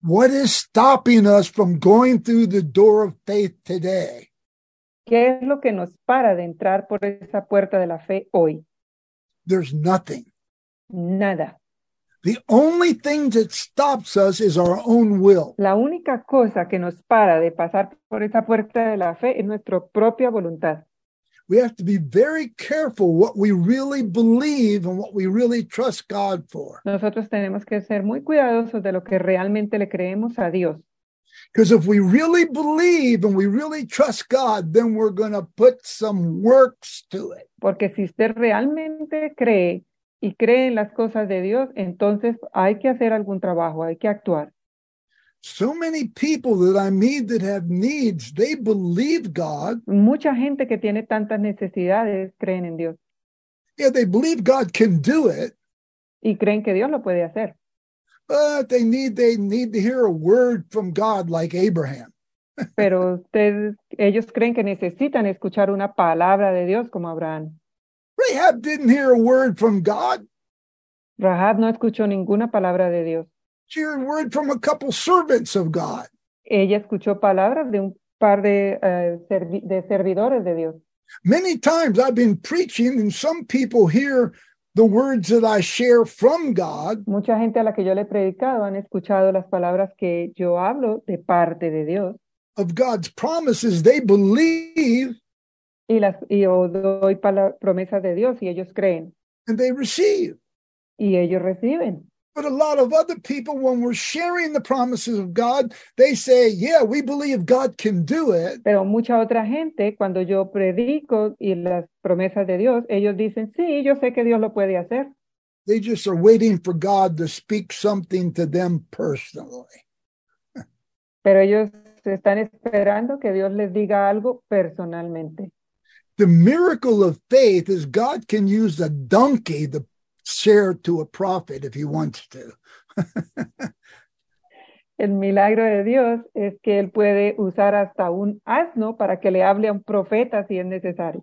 [SPEAKER 3] What is stopping us from going through the door of faith today?
[SPEAKER 2] ¿qué es lo que nos para de entrar por esa puerta de la fe hoy?
[SPEAKER 3] There's nothing.
[SPEAKER 2] Nada.
[SPEAKER 3] The only thing that stops us is our own will.
[SPEAKER 2] La única cosa que nos para de pasar por esa puerta de la fe es nuestra propia voluntad.
[SPEAKER 3] We have to be very careful what we really believe and what we really trust God for.
[SPEAKER 2] Nosotros tenemos que ser muy cuidadosos de lo que realmente le creemos a Dios.
[SPEAKER 3] Because if we really believe and we really trust God, then we're going to put some works to it.
[SPEAKER 2] Porque si usted realmente cree y cree en las cosas de Dios, entonces hay que hacer algún trabajo, hay que actuar.
[SPEAKER 3] So many people that I meet that have needs, they believe God.
[SPEAKER 2] Mucha gente que tiene tantas necesidades creen en Dios
[SPEAKER 3] Yeah, they believe God can do it,
[SPEAKER 2] y creen que Dios lo puede hacer,
[SPEAKER 3] but they need they need to hear a word from God like Abraham.
[SPEAKER 2] pero usted, ellos creen que necesitan escuchar una palabra de Dios como Abraham.
[SPEAKER 3] Rahab didn't hear a word from God.
[SPEAKER 2] Rahab no escuchó ninguna palabra de Dios.
[SPEAKER 3] She heard a word from a couple servants of God.
[SPEAKER 2] Ella escuchó palabras de un par de, eh, servi- de servidores de Dios.
[SPEAKER 3] Many times I've been preaching, and some people hear the words that I share from God,
[SPEAKER 2] Mucha gente a la que yo le he predicado han escuchado las palabras que yo hablo de parte de Dios.
[SPEAKER 3] of God's promises. They believe
[SPEAKER 2] y las y yo doy pala- promesas de Dios y ellos creen
[SPEAKER 3] and they receive.
[SPEAKER 2] y ellos reciben.
[SPEAKER 3] But a lot of other people, when we're sharing the promises of God, they say, Yeah, we believe God can do it.
[SPEAKER 2] Pero mucha otra gente, cuando yo predico y las promesas de Dios, ellos dicen, sí, yo sé que Dios lo puede hacer.
[SPEAKER 3] They just are waiting for God to speak something to them personally.
[SPEAKER 2] Pero ellos están esperando que Dios les diga algo personalmente.
[SPEAKER 3] The miracle of faith is God can use a donkey to share to a prophet if he wants to.
[SPEAKER 2] El milagro de Dios es que Él puede usar hasta un asno para que le hable a un profeta si es necesario.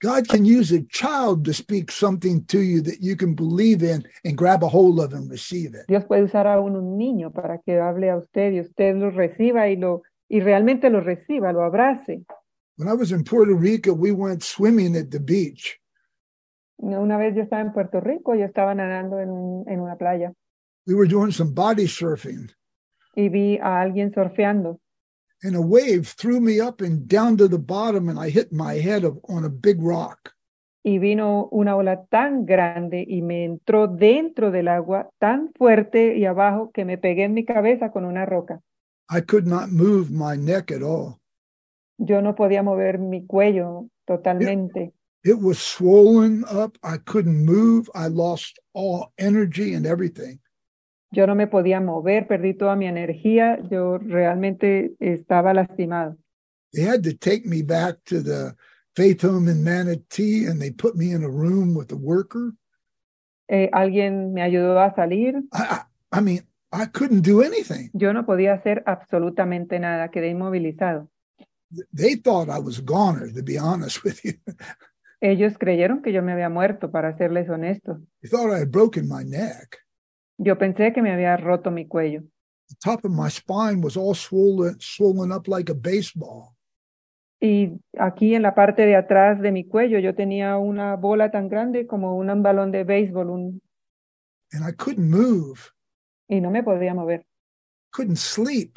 [SPEAKER 3] God can use a child to speak something to you that you can believe in and grab a hold of and receive it.
[SPEAKER 2] Dios puede usar a un, un niño para que hable a usted y usted lo reciba y lo y realmente lo reciba, lo abrace.
[SPEAKER 3] When I was in Puerto Rico, we went swimming at the beach.
[SPEAKER 2] Una vez yo estaba en Puerto Rico, yo estaba nadando en, un- en una playa
[SPEAKER 3] We were doing some body surfing,
[SPEAKER 2] y vi a alguien surfeando
[SPEAKER 3] and a wave threw me up and down to the bottom, and I hit my head of- on a big rock.
[SPEAKER 2] y vino una ola tan grande y me entró dentro del agua tan fuerte y abajo que me pegué en mi cabeza con una roca.
[SPEAKER 3] I could not move my neck at all.
[SPEAKER 2] Yo no podía mover mi cuello totalmente.
[SPEAKER 3] It was swollen up. I couldn't move. I lost all energy and everything.
[SPEAKER 2] Yo no me podía mover, perdí toda mi energía, yo realmente estaba lastimado.
[SPEAKER 3] They had to take me back to the Faith Home in Manatee, and they put me in a room with a worker.
[SPEAKER 2] Eh, alguien me ayudó a salir,
[SPEAKER 3] I, I, I mean, I couldn't do anything.
[SPEAKER 2] yo no podía hacer absolutamente nada, quedé inmovilizado.
[SPEAKER 3] They thought I was a goner, to be honest with you.
[SPEAKER 2] Ellos creyeron que yo me había muerto, para serles honestos.
[SPEAKER 3] They thought I had broken my neck.
[SPEAKER 2] Yo pensé que me había roto mi cuello.
[SPEAKER 3] The top of my spine was all swollen, swollen up like a baseball.
[SPEAKER 2] Y aquí en la parte de atrás de mi cuello yo tenía una bola tan grande como un balón de béisbol un-
[SPEAKER 3] and I couldn't move,
[SPEAKER 2] y no me podía mover.
[SPEAKER 3] couldn't sleep.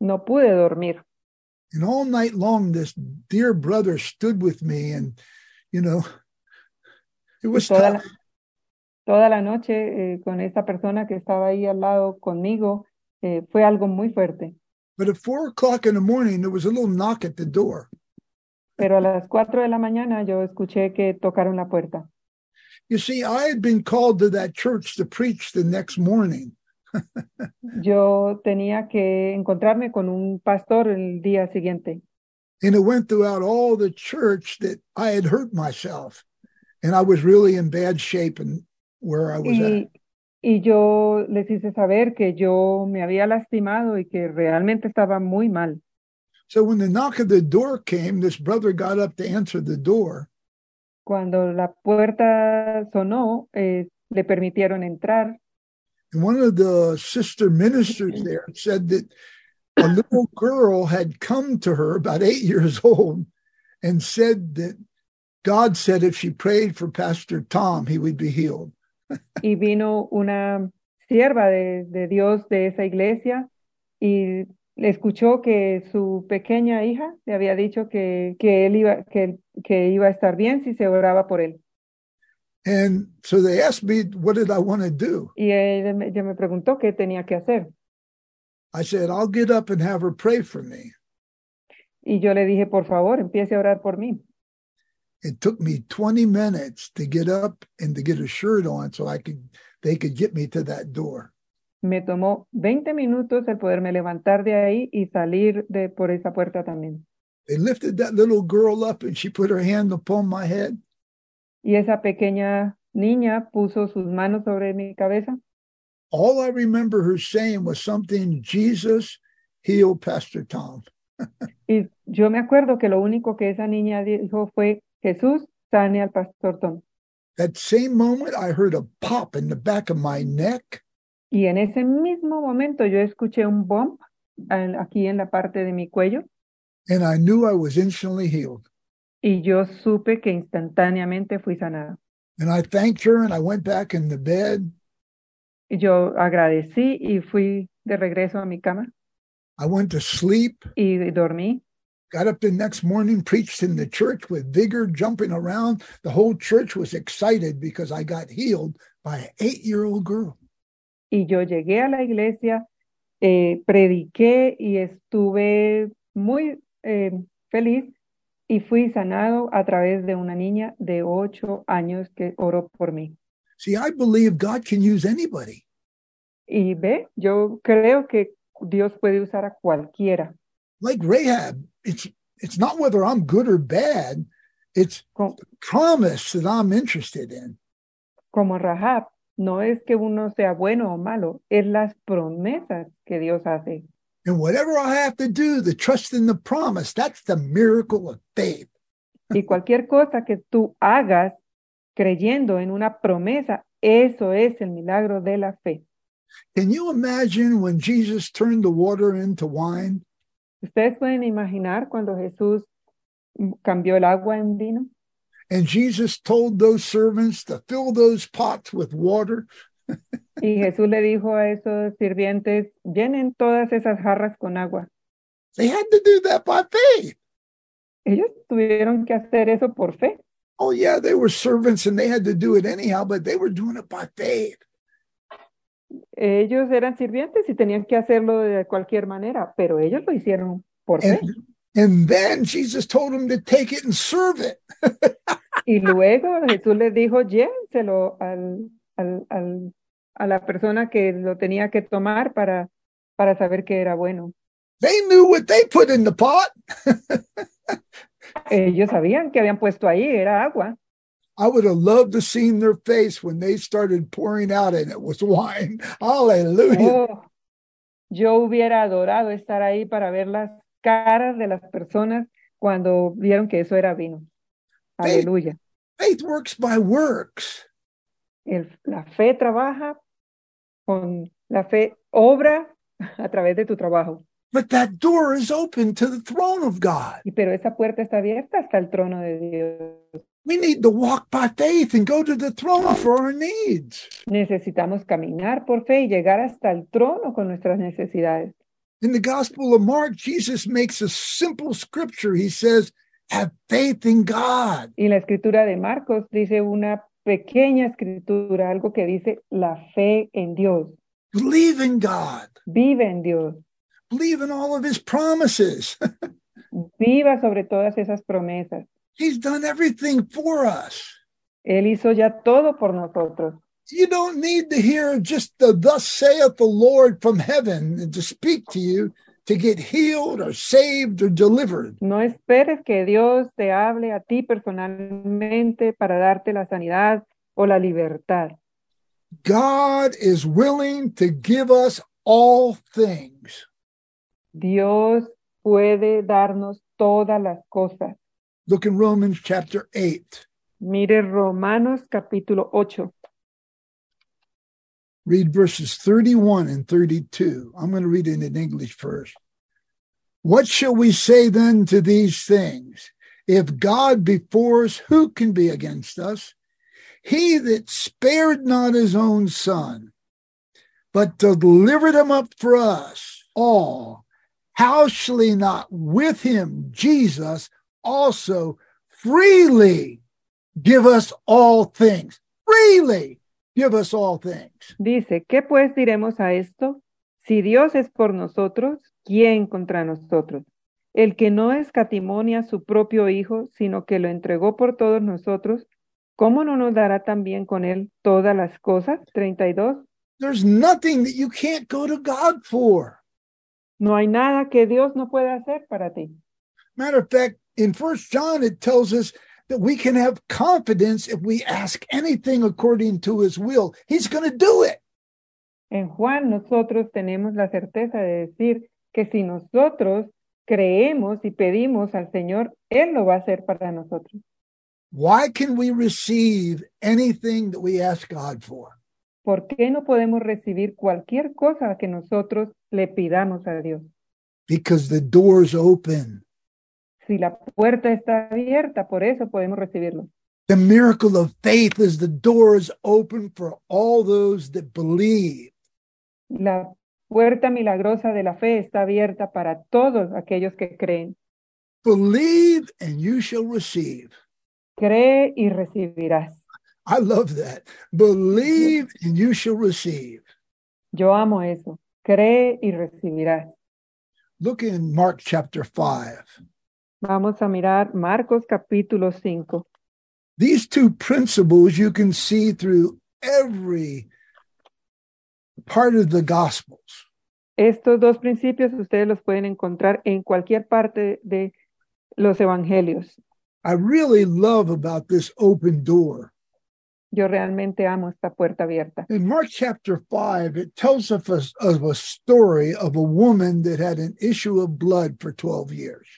[SPEAKER 2] No pude dormir.
[SPEAKER 3] And all night long, this dear brother stood with me, and you know, it was
[SPEAKER 2] Toda la,
[SPEAKER 3] tough.
[SPEAKER 2] toda la noche eh, con esta persona que estaba ahí al lado conmigo eh, fue algo muy fuerte.
[SPEAKER 3] But at four o'clock in the morning, there was a little knock at the door.
[SPEAKER 2] Pero a las cuatro de la mañana yo escuché que tocaron la puerta.
[SPEAKER 3] You see, I had been called to that church to preach the next morning.
[SPEAKER 2] Yo tenía que encontrarme con un pastor el día siguiente.
[SPEAKER 3] And it went throughout all the church that I had hurt myself. And I was really in bad shape and where I was at.
[SPEAKER 2] Y, y yo les hice saber que yo me había lastimado y que realmente estaba muy mal.
[SPEAKER 3] So when the knock at the door came, this brother got up to answer the door.
[SPEAKER 2] Cuando la puerta sonó, eh, le permitieron entrar
[SPEAKER 3] And one of the sister ministers there said that a little girl had come to her about eight years old and said that God said if she prayed for Pastor Tom, he would be healed.
[SPEAKER 2] y vino una sierva de, de Dios de esa iglesia y le escuchó que su pequeña hija le había dicho que, que él iba, que, él- que iba a estar bien si se oraba por él.
[SPEAKER 3] And so they asked me, What did I want to do?
[SPEAKER 2] Y ella me, ella me preguntó qué tenía que hacer.
[SPEAKER 3] I said, I'll get up and have her pray for me.
[SPEAKER 2] Y yo le dije, por favor, empiece a orar por mí.
[SPEAKER 3] It took me 20 minutes to get up and to get a shirt on so I could they could get me to that door.
[SPEAKER 2] Me tomó 20 minutos el poderme levantar de ahí y salir de por esa puerta también.
[SPEAKER 3] They lifted that little girl up and she put her hand upon my head.
[SPEAKER 2] Y esa pequeña niña puso sus manos sobre mi cabeza
[SPEAKER 3] all I remember her saying was something Jesus healed Pastor Tom.
[SPEAKER 2] y yo me acuerdo que lo único que esa niña dijo fue Jesús sane al pastor Tom.
[SPEAKER 3] That same moment, I heard a pop in the back of my neck,
[SPEAKER 2] Y en ese mismo momento yo escuché un bump al- aquí en la parte de mi cuello
[SPEAKER 3] and I knew I was instantly healed.
[SPEAKER 2] y yo supe que instantáneamente fui sanada.
[SPEAKER 3] And I thanked her and I went back in the bed.
[SPEAKER 2] Y yo agradecí y fui de regreso a mi cama
[SPEAKER 3] I went to sleep,
[SPEAKER 2] y dormí.
[SPEAKER 3] got up the next morning, preached in the church with vigor, jumping around. The whole church was excited because I got healed by an eight year old girl.
[SPEAKER 2] y yo llegué a la iglesia, eh, prediqué y estuve muy eh, feliz y fui sanado a través de una niña de ocho años que oró por mí.
[SPEAKER 3] See, I believe God can use anybody.
[SPEAKER 2] Y ve, yo creo que Dios puede usar a cualquiera.
[SPEAKER 3] like Rahab, it's it's not whether I'm good or bad. It's
[SPEAKER 2] Como,
[SPEAKER 3] promise that I'm interested in.
[SPEAKER 2] como Rahab, no es que uno sea bueno o malo, es las promesas que Dios hace.
[SPEAKER 3] And whatever I have to do, the trust in the promise, that's the miracle of faith.
[SPEAKER 2] Y cualquier cosa que tú hagas creyendo en una promesa, eso es el milagro de la fe.
[SPEAKER 3] Can you imagine when Jesus turned the water into wine?
[SPEAKER 2] Ustedes pueden imaginar cuando Jesús cambió el agua en vino
[SPEAKER 3] And Jesus told those servants to fill those pots with water.
[SPEAKER 2] Y Jesús le dijo a esos sirvientes, llenen todas esas jarras con agua.
[SPEAKER 3] They had to do that by faith.
[SPEAKER 2] Ellos tuvieron que hacer eso por fe.
[SPEAKER 3] Oh, yeah, they were servants and they had to do it anyhow, but they were doing it by faith.
[SPEAKER 2] Ellos eran sirvientes y tenían que hacerlo de cualquier manera, pero ellos lo hicieron por fe.
[SPEAKER 3] And, and then Jesus told them to take it and serve it.
[SPEAKER 2] Y luego Jesús les dijo, llévenselo al, al, al- a la persona que lo tenía que tomar para, para saber que era bueno.
[SPEAKER 3] They knew what they put in the pot.
[SPEAKER 2] Ellos sabían que habían puesto ahí, era agua.
[SPEAKER 3] I would have loved to seen their face when they started pouring out and it was wine. Hallelujah.
[SPEAKER 2] Oh, yo hubiera adorado estar ahí para ver las caras de las personas cuando vieron que eso era vino.
[SPEAKER 3] Sí.
[SPEAKER 2] Aleluya.
[SPEAKER 3] Faith works by works.
[SPEAKER 2] El- la fe trabaja con la fe, obra a través de tu trabajo.
[SPEAKER 3] But that door is open to the throne of God.
[SPEAKER 2] Y pero esa puerta está abierta hasta el trono de Dios.
[SPEAKER 3] We need to walk by faith and go to the throne for our needs.
[SPEAKER 2] Necesitamos caminar por fe y llegar hasta el trono con nuestras necesidades.
[SPEAKER 3] In the Gospel of Mark, Jesus makes a simple scripture. He says, Have faith in God.
[SPEAKER 2] Y la escritura de Marcos dice una pequeña escritura, algo que dice la fe en Dios,
[SPEAKER 3] Believe in God.
[SPEAKER 2] vive en Dios,
[SPEAKER 3] Believe in all of his promises.
[SPEAKER 2] viva sobre todas esas promesas.
[SPEAKER 3] He's done everything for us.
[SPEAKER 2] Él hizo ya todo por nosotros.
[SPEAKER 3] You don't need to hear just the thus saith the Lord from heaven to speak to you to get healed or saved or delivered.
[SPEAKER 2] No esperes que Dios te hable a ti personalmente para darte la sanidad o la libertad.
[SPEAKER 3] God is willing to give us all things.
[SPEAKER 2] Dios puede darnos todas las cosas.
[SPEAKER 3] Look in Romans chapter 8.
[SPEAKER 2] Mire Romanos capítulo 8.
[SPEAKER 3] Read verses 31 and 32. I'm going to read it in English first. What shall we say then to these things? If God be for us, who can be against us? He that spared not his own son, but delivered him up for us all, how shall he not with him, Jesus, also freely give us all things? Freely give us all things.
[SPEAKER 2] Dice, ¿qué pues diremos a esto? Si Dios es por nosotros, ¿quién contra nosotros? El que no escatimonia a su propio Hijo, sino que lo entregó por todos nosotros, ¿cómo no nos dará también con él todas las cosas? 32.
[SPEAKER 3] There's nothing that you can't go to God for.
[SPEAKER 2] No hay nada que Dios no pueda hacer para ti.
[SPEAKER 3] Matter of fact, in First John, it tells us that we can have confidence if we ask anything according to His will. He's going to do it.
[SPEAKER 2] En Juan nosotros tenemos la certeza de decir que si nosotros creemos y pedimos al Señor, Él lo va a hacer para nosotros.
[SPEAKER 3] Why can we receive anything that we ask God for?
[SPEAKER 2] ¿Por qué no podemos recibir cualquier cosa que nosotros le pidamos a Dios?
[SPEAKER 3] Because the door's open.
[SPEAKER 2] Si la puerta está abierta, por eso podemos recibirlo.
[SPEAKER 3] The miracle of faith is the door is open for all those that believe.
[SPEAKER 2] La puerta milagrosa de la fe está abierta para todos aquellos que creen.
[SPEAKER 3] Believe and you shall receive.
[SPEAKER 2] Cree y recibirás.
[SPEAKER 3] I love that. Believe and you shall receive.
[SPEAKER 2] Yo amo eso. Cree y recibirás.
[SPEAKER 3] Look in Mark chapter 5.
[SPEAKER 2] Vamos a mirar Marcos capítulo 5.
[SPEAKER 3] These two principles you can see through every part of the Gospels.
[SPEAKER 2] Estos dos principios ustedes los pueden encontrar en cualquier parte de los evangelios.
[SPEAKER 3] I really love about this open door.
[SPEAKER 2] Yo realmente amo esta puerta abierta.
[SPEAKER 3] In Mark chapter 5, it tells of a, of a story of a woman that had an issue of blood for 12 years.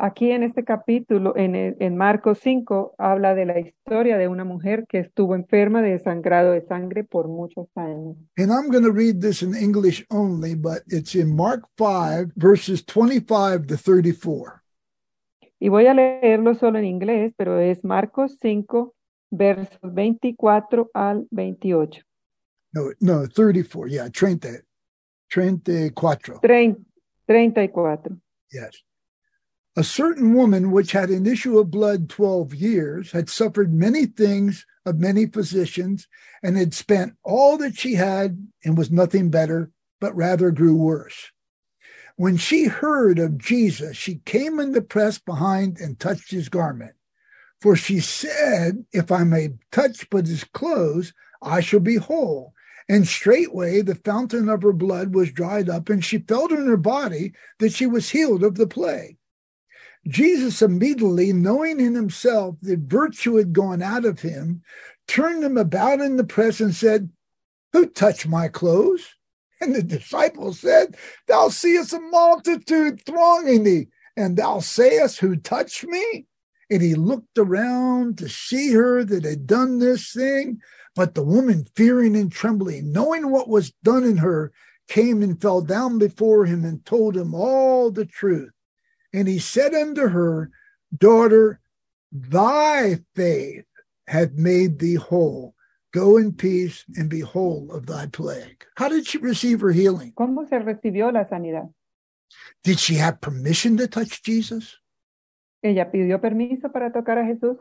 [SPEAKER 2] Aquí en este capítulo, en, el- en Marcos 5, habla de la historia de una mujer que estuvo enferma de sangrado de sangre por muchos años.
[SPEAKER 3] And I'm going to read this in English only, but it's in Mark 5, verses 25 to 34.
[SPEAKER 2] Y voy a leerlo solo en inglés, pero es Marcos 5, versos 24 al 28.
[SPEAKER 3] No, no, 34. Yeah, 30. 34.
[SPEAKER 2] Trein- 34.
[SPEAKER 3] Yes. A certain woman which had an issue of blood 12 years had suffered many things of many physicians and had spent all that she had and was nothing better, but rather grew worse. When she heard of Jesus, she came in the press behind and touched his garment. For she said, If I may touch but his clothes, I shall be whole. And straightway the fountain of her blood was dried up, and she felt in her body that she was healed of the plague. Jesus immediately, knowing in himself that virtue had gone out of him, turned him about in the press and said, Who touched my clothes? And the disciples said, Thou seest a multitude thronging thee, and thou sayest, Who touched me? And he looked around to see her that had done this thing. But the woman, fearing and trembling, knowing what was done in her, came and fell down before him and told him all the truth. And he said unto her, Daughter, thy faith hath made thee whole. Go in peace and be whole of thy plague. How did she receive her healing?
[SPEAKER 2] ¿Cómo se recibió la sanidad?
[SPEAKER 3] Did she have permission to touch Jesus?
[SPEAKER 2] Ella pidió permiso para tocar a Jesús.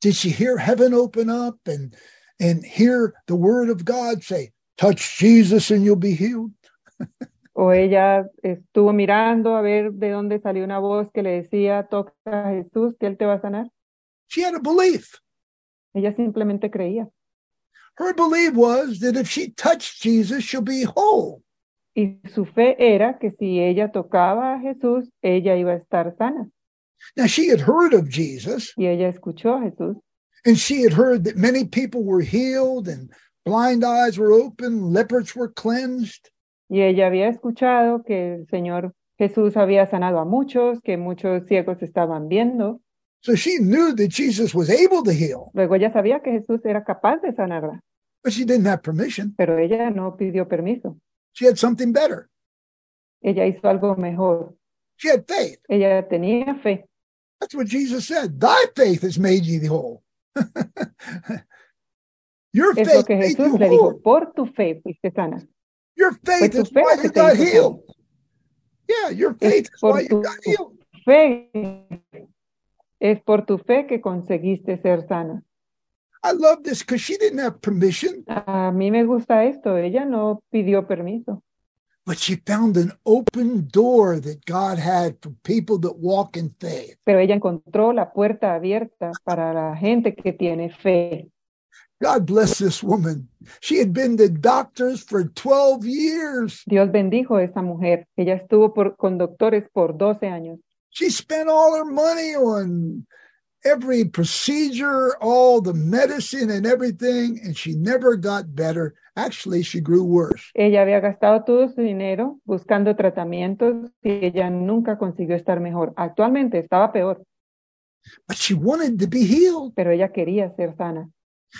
[SPEAKER 3] Did she hear heaven open up and and hear the word of God say, touch Jesus and you'll be healed?
[SPEAKER 2] O ella estuvo mirando a ver de dónde salió una voz que le decía, toca a Jesús, que él te va a sanar.
[SPEAKER 3] She had a belief.
[SPEAKER 2] Ella simplemente creía.
[SPEAKER 3] Her belief was that if she touched Jesus, she'll be whole.
[SPEAKER 2] Y su fe era que si ella tocaba a Jesús, ella iba a estar sana.
[SPEAKER 3] Now, she had heard of Jesus
[SPEAKER 2] Y ella escuchó a Jesús.
[SPEAKER 3] and she had heard that many people were healed and blind eyes were opened, leopards were cleansed.
[SPEAKER 2] Y ella había escuchado que el Señor Jesús había sanado a muchos, que muchos ciegos estaban viendo.
[SPEAKER 3] So she knew that Jesus was able to heal,
[SPEAKER 2] Luego ella sabía que Jesús era capaz de sanarla,
[SPEAKER 3] but she didn't have permission.
[SPEAKER 2] pero ella no pidió permiso.
[SPEAKER 3] She had something better.
[SPEAKER 2] Ella hizo algo mejor.
[SPEAKER 3] She had faith.
[SPEAKER 2] Ella tenía fe.
[SPEAKER 3] That's what Jesus said. Thy faith has made thee whole. Your
[SPEAKER 2] Es lo
[SPEAKER 3] faith
[SPEAKER 2] que
[SPEAKER 3] made you
[SPEAKER 2] Jesús le dijo,
[SPEAKER 3] whole.
[SPEAKER 2] por tu fe fuiste sana.
[SPEAKER 3] Your faith
[SPEAKER 2] tu
[SPEAKER 3] is
[SPEAKER 2] fe
[SPEAKER 3] why
[SPEAKER 2] que
[SPEAKER 3] you
[SPEAKER 2] te
[SPEAKER 3] got
[SPEAKER 2] hizo
[SPEAKER 3] healed. Yeah, your faith is
[SPEAKER 2] por
[SPEAKER 3] why you
[SPEAKER 2] tu-
[SPEAKER 3] got healed.
[SPEAKER 2] Fe, es por tu fe que conseguiste ser sana.
[SPEAKER 3] I love this because she didn't have permission,
[SPEAKER 2] A mí me gusta esto. Ella no pidió permiso.
[SPEAKER 3] but she found an open door that God had for people that walk in faith.
[SPEAKER 2] pero ella encontró la puerta abierta para la gente que tiene fe.
[SPEAKER 3] God bless this woman. She had been to doctors for 12 years.
[SPEAKER 2] Dios bendijo a esa mujer. Ella estuvo por- con doctores por 12 años.
[SPEAKER 3] She spent all her money on every procedure, all the medicine and everything, and she never got better. Actually, she grew worse.
[SPEAKER 2] Ella había gastado todo su dinero buscando tratamientos y ella nunca consiguió estar mejor. Actualmente estaba peor,
[SPEAKER 3] But she wanted to be healed.
[SPEAKER 2] pero ella quería ser sana.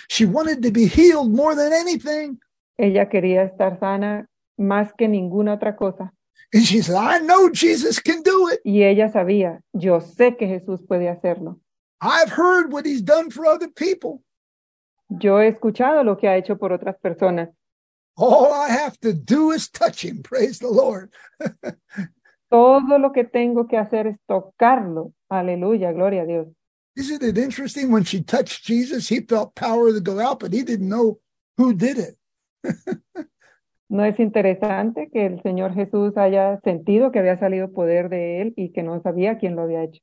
[SPEAKER 3] She wanted to be healed more than anything.
[SPEAKER 2] Ella quería estar sana más que ninguna otra cosa.
[SPEAKER 3] And she said, I know Jesus can do it.
[SPEAKER 2] Y ella sabía, yo sé que Jesús puede hacerlo.
[SPEAKER 3] I've heard what he's done for other people.
[SPEAKER 2] Yo he escuchado lo que ha hecho por otras personas.
[SPEAKER 3] All I have to do is touch him. Praise the Lord.
[SPEAKER 2] Todo lo que tengo que hacer es tocarlo. Aleluya, gloria a Dios.
[SPEAKER 3] Isn't it interesting? When she touched Jesus, he felt power to go out, but he didn't know who did it.
[SPEAKER 2] ¿No es interesante que el Señor Jesús haya sentido que había salido poder de él y que no sabía quién lo había hecho?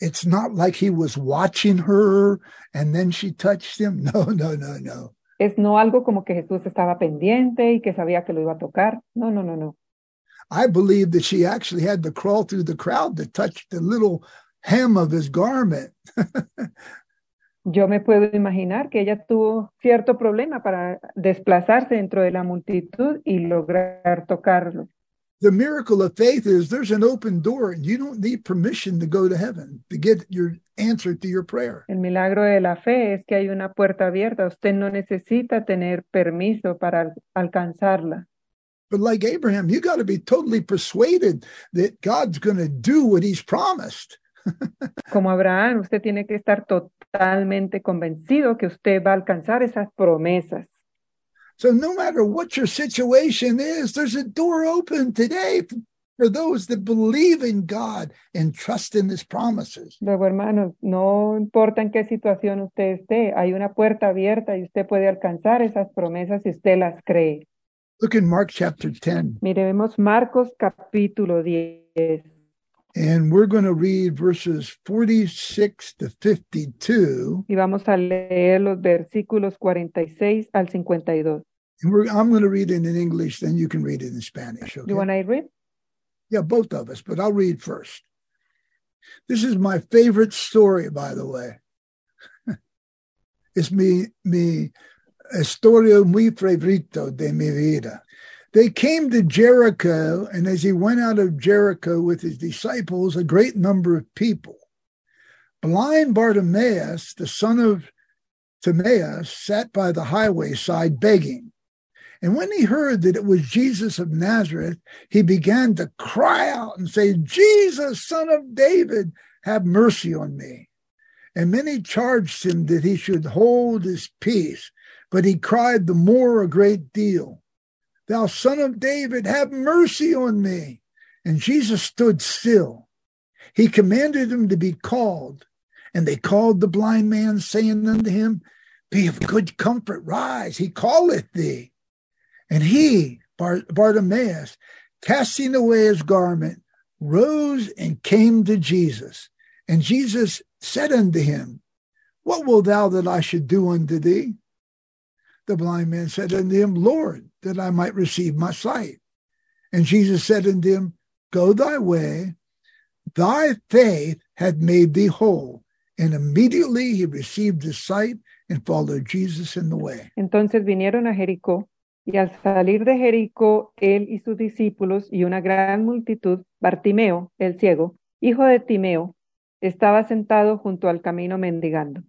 [SPEAKER 3] It's not like he was watching her and then she touched him. No, no, no, no.
[SPEAKER 2] Es no algo como que Jesús estaba pendiente y que sabía que lo iba a tocar. No, no, no, no.
[SPEAKER 3] I believe that she actually had to crawl through the crowd to touch the little hem of his garment.
[SPEAKER 2] Yo me puedo imaginar que ella tuvo cierto problema para desplazarse dentro de la multitud y lograr tocarlo.
[SPEAKER 3] The miracle of faith is there's an open door and you don't need permission to go to heaven to get your answer to your prayer.
[SPEAKER 2] El milagro de la fe es que hay una puerta abierta. Usted no necesita tener permiso para al- alcanzarla.
[SPEAKER 3] But like Abraham, you got to be totally persuaded that God's going to do what he's promised.
[SPEAKER 2] Como Abraham, usted tiene que estar totalmente convencido que usted va a alcanzar esas promesas.
[SPEAKER 3] So no matter what your situation is, there's a door open today for those that believe in God and trust in his promises.
[SPEAKER 2] Luego, hermanos, no importa en qué situación usted esté, hay una puerta abierta y usted puede alcanzar esas promesas si usted las cree.
[SPEAKER 3] Look in Mark chapter 10,
[SPEAKER 2] Miremos Marcos capítulo 10.
[SPEAKER 3] and we're going to read verses 46 to 52.
[SPEAKER 2] y vamos a leer los versículos 46 al 52.
[SPEAKER 3] And we're, I'm going to read it in English, then you can read it in Spanish. Okay?
[SPEAKER 2] You want I read?
[SPEAKER 3] Yeah, both of us, but I'll read first. This is my favorite story, by the way. it's mi, mi historia muy favorito de mi vida. They came to Jericho, and as he went out of Jericho with his disciples, a great number of people. Blind Bartimaeus, the son of Timaeus, sat by the highway side begging. And when he heard that it was Jesus of Nazareth, he began to cry out and say, Jesus, son of David, have mercy on me. And many charged him that he should hold his peace, but he cried the more a great deal, Thou son of David, have mercy on me. And Jesus stood still. He commanded him to be called, and they called the blind man, saying unto him, Be of good comfort, rise, he calleth thee. And he, Bar- Bartimaeus, casting away his garment, rose and came to Jesus. And Jesus said unto him, What wilt thou that I should do unto thee? The blind man said unto him, Lord, that I might receive my sight. And Jesus said unto him, Go thy way, thy faith hath made thee whole. And immediately he received his sight and followed Jesus in the way.
[SPEAKER 2] Entonces vinieron a Jericó, y al salir de Jericó, él y sus discípulos y una gran multitud, Bartimeo, el ciego, hijo de Timeo, estaba sentado junto al camino mendigando.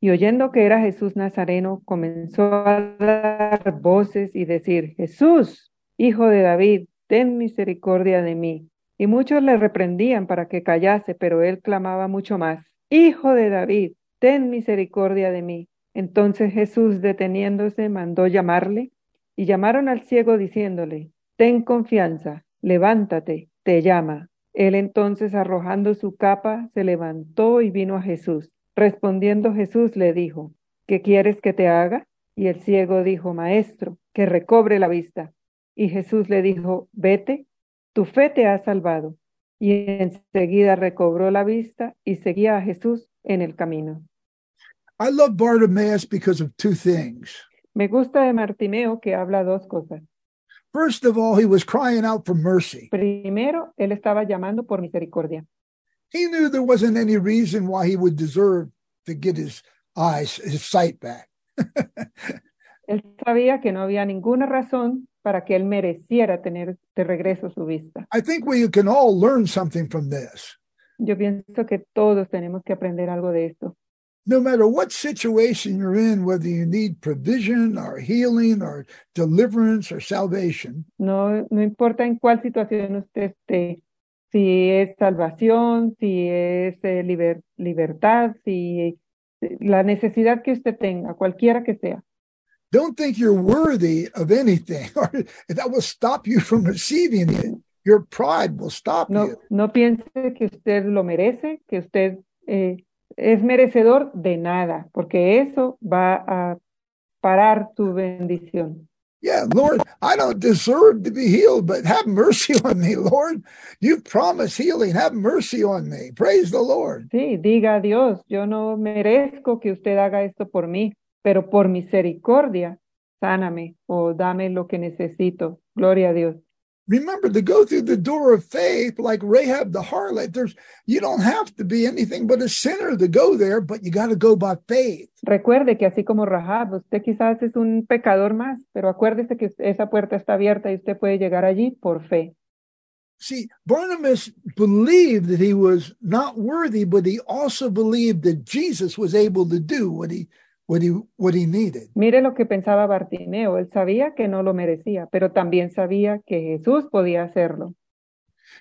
[SPEAKER 2] Y oyendo que era Jesús Nazareno, comenzó a dar voces y decir, Jesús, hijo de David, ten misericordia de mí. Y muchos le reprendían para que callase, pero él clamaba mucho más, Hijo de David, ten misericordia de mí. Entonces Jesús, deteniéndose, mandó llamarle y llamaron al ciego diciéndole, Ten confianza, levántate, te llama. Él entonces, arrojando su capa, se levantó y vino a Jesús. Respondiendo Jesús le dijo, ¿qué quieres que te haga? Y el ciego dijo, Maestro, que recobre la vista. Y Jesús le dijo, vete, tu fe te ha salvado. Y enseguida recobró la vista y seguía a Jesús en el camino.
[SPEAKER 3] I love Bartimaeus because of two things.
[SPEAKER 2] Me gusta de Martimeo que habla dos cosas.
[SPEAKER 3] First of all, he was crying out for mercy.
[SPEAKER 2] Primero, él estaba llamando por misericordia.
[SPEAKER 3] He knew there wasn't any reason why he would deserve to get his eyes, his sight back.
[SPEAKER 2] Él sabía que no había ninguna razón para que él mereciera tener de regreso su vista.
[SPEAKER 3] I think we can all learn something from this.
[SPEAKER 2] Yo pienso que todos tenemos que aprender algo de esto.
[SPEAKER 3] No matter what situation you're in, whether you need provision or healing or deliverance or salvation,
[SPEAKER 2] No, no importa en cuál situación usted esté, si es salvación, si es eh, liber- libertad, si eh, la necesidad que usted tenga, cualquiera que sea.
[SPEAKER 3] don't think you're worthy of anything or that will stop you from receiving it. Your pride will stop
[SPEAKER 2] No,
[SPEAKER 3] you.
[SPEAKER 2] no piense que usted lo merece, que usted eh, es merecedor de nada, porque eso va a parar tu bendición.
[SPEAKER 3] Yeah, Lord, I don't deserve to be healed, but have mercy on me, Lord. You promised healing. Have mercy on me. Praise the Lord.
[SPEAKER 2] Sí, diga a Dios, yo no merezco que usted haga esto por mí, pero por misericordia, sáname o dame lo que necesito. Gloria a Dios.
[SPEAKER 3] Remember to go through the door of faith like Rahab the harlot. There's you don't have to be anything but a sinner to go there, but you got to go by faith.
[SPEAKER 2] Recuerde que así como Rahab, usted quizás es un pecador más, pero acuérdese que esa puerta está abierta y usted puede llegar allí por fe.
[SPEAKER 3] See, Barnabas believed that he was not worthy, but he also believed that Jesus was able to do what he what he what he needed.
[SPEAKER 2] Mire lo que pensaba Bartimeo, él sabía que no lo merecía, pero también sabía que Jesús podía hacerlo.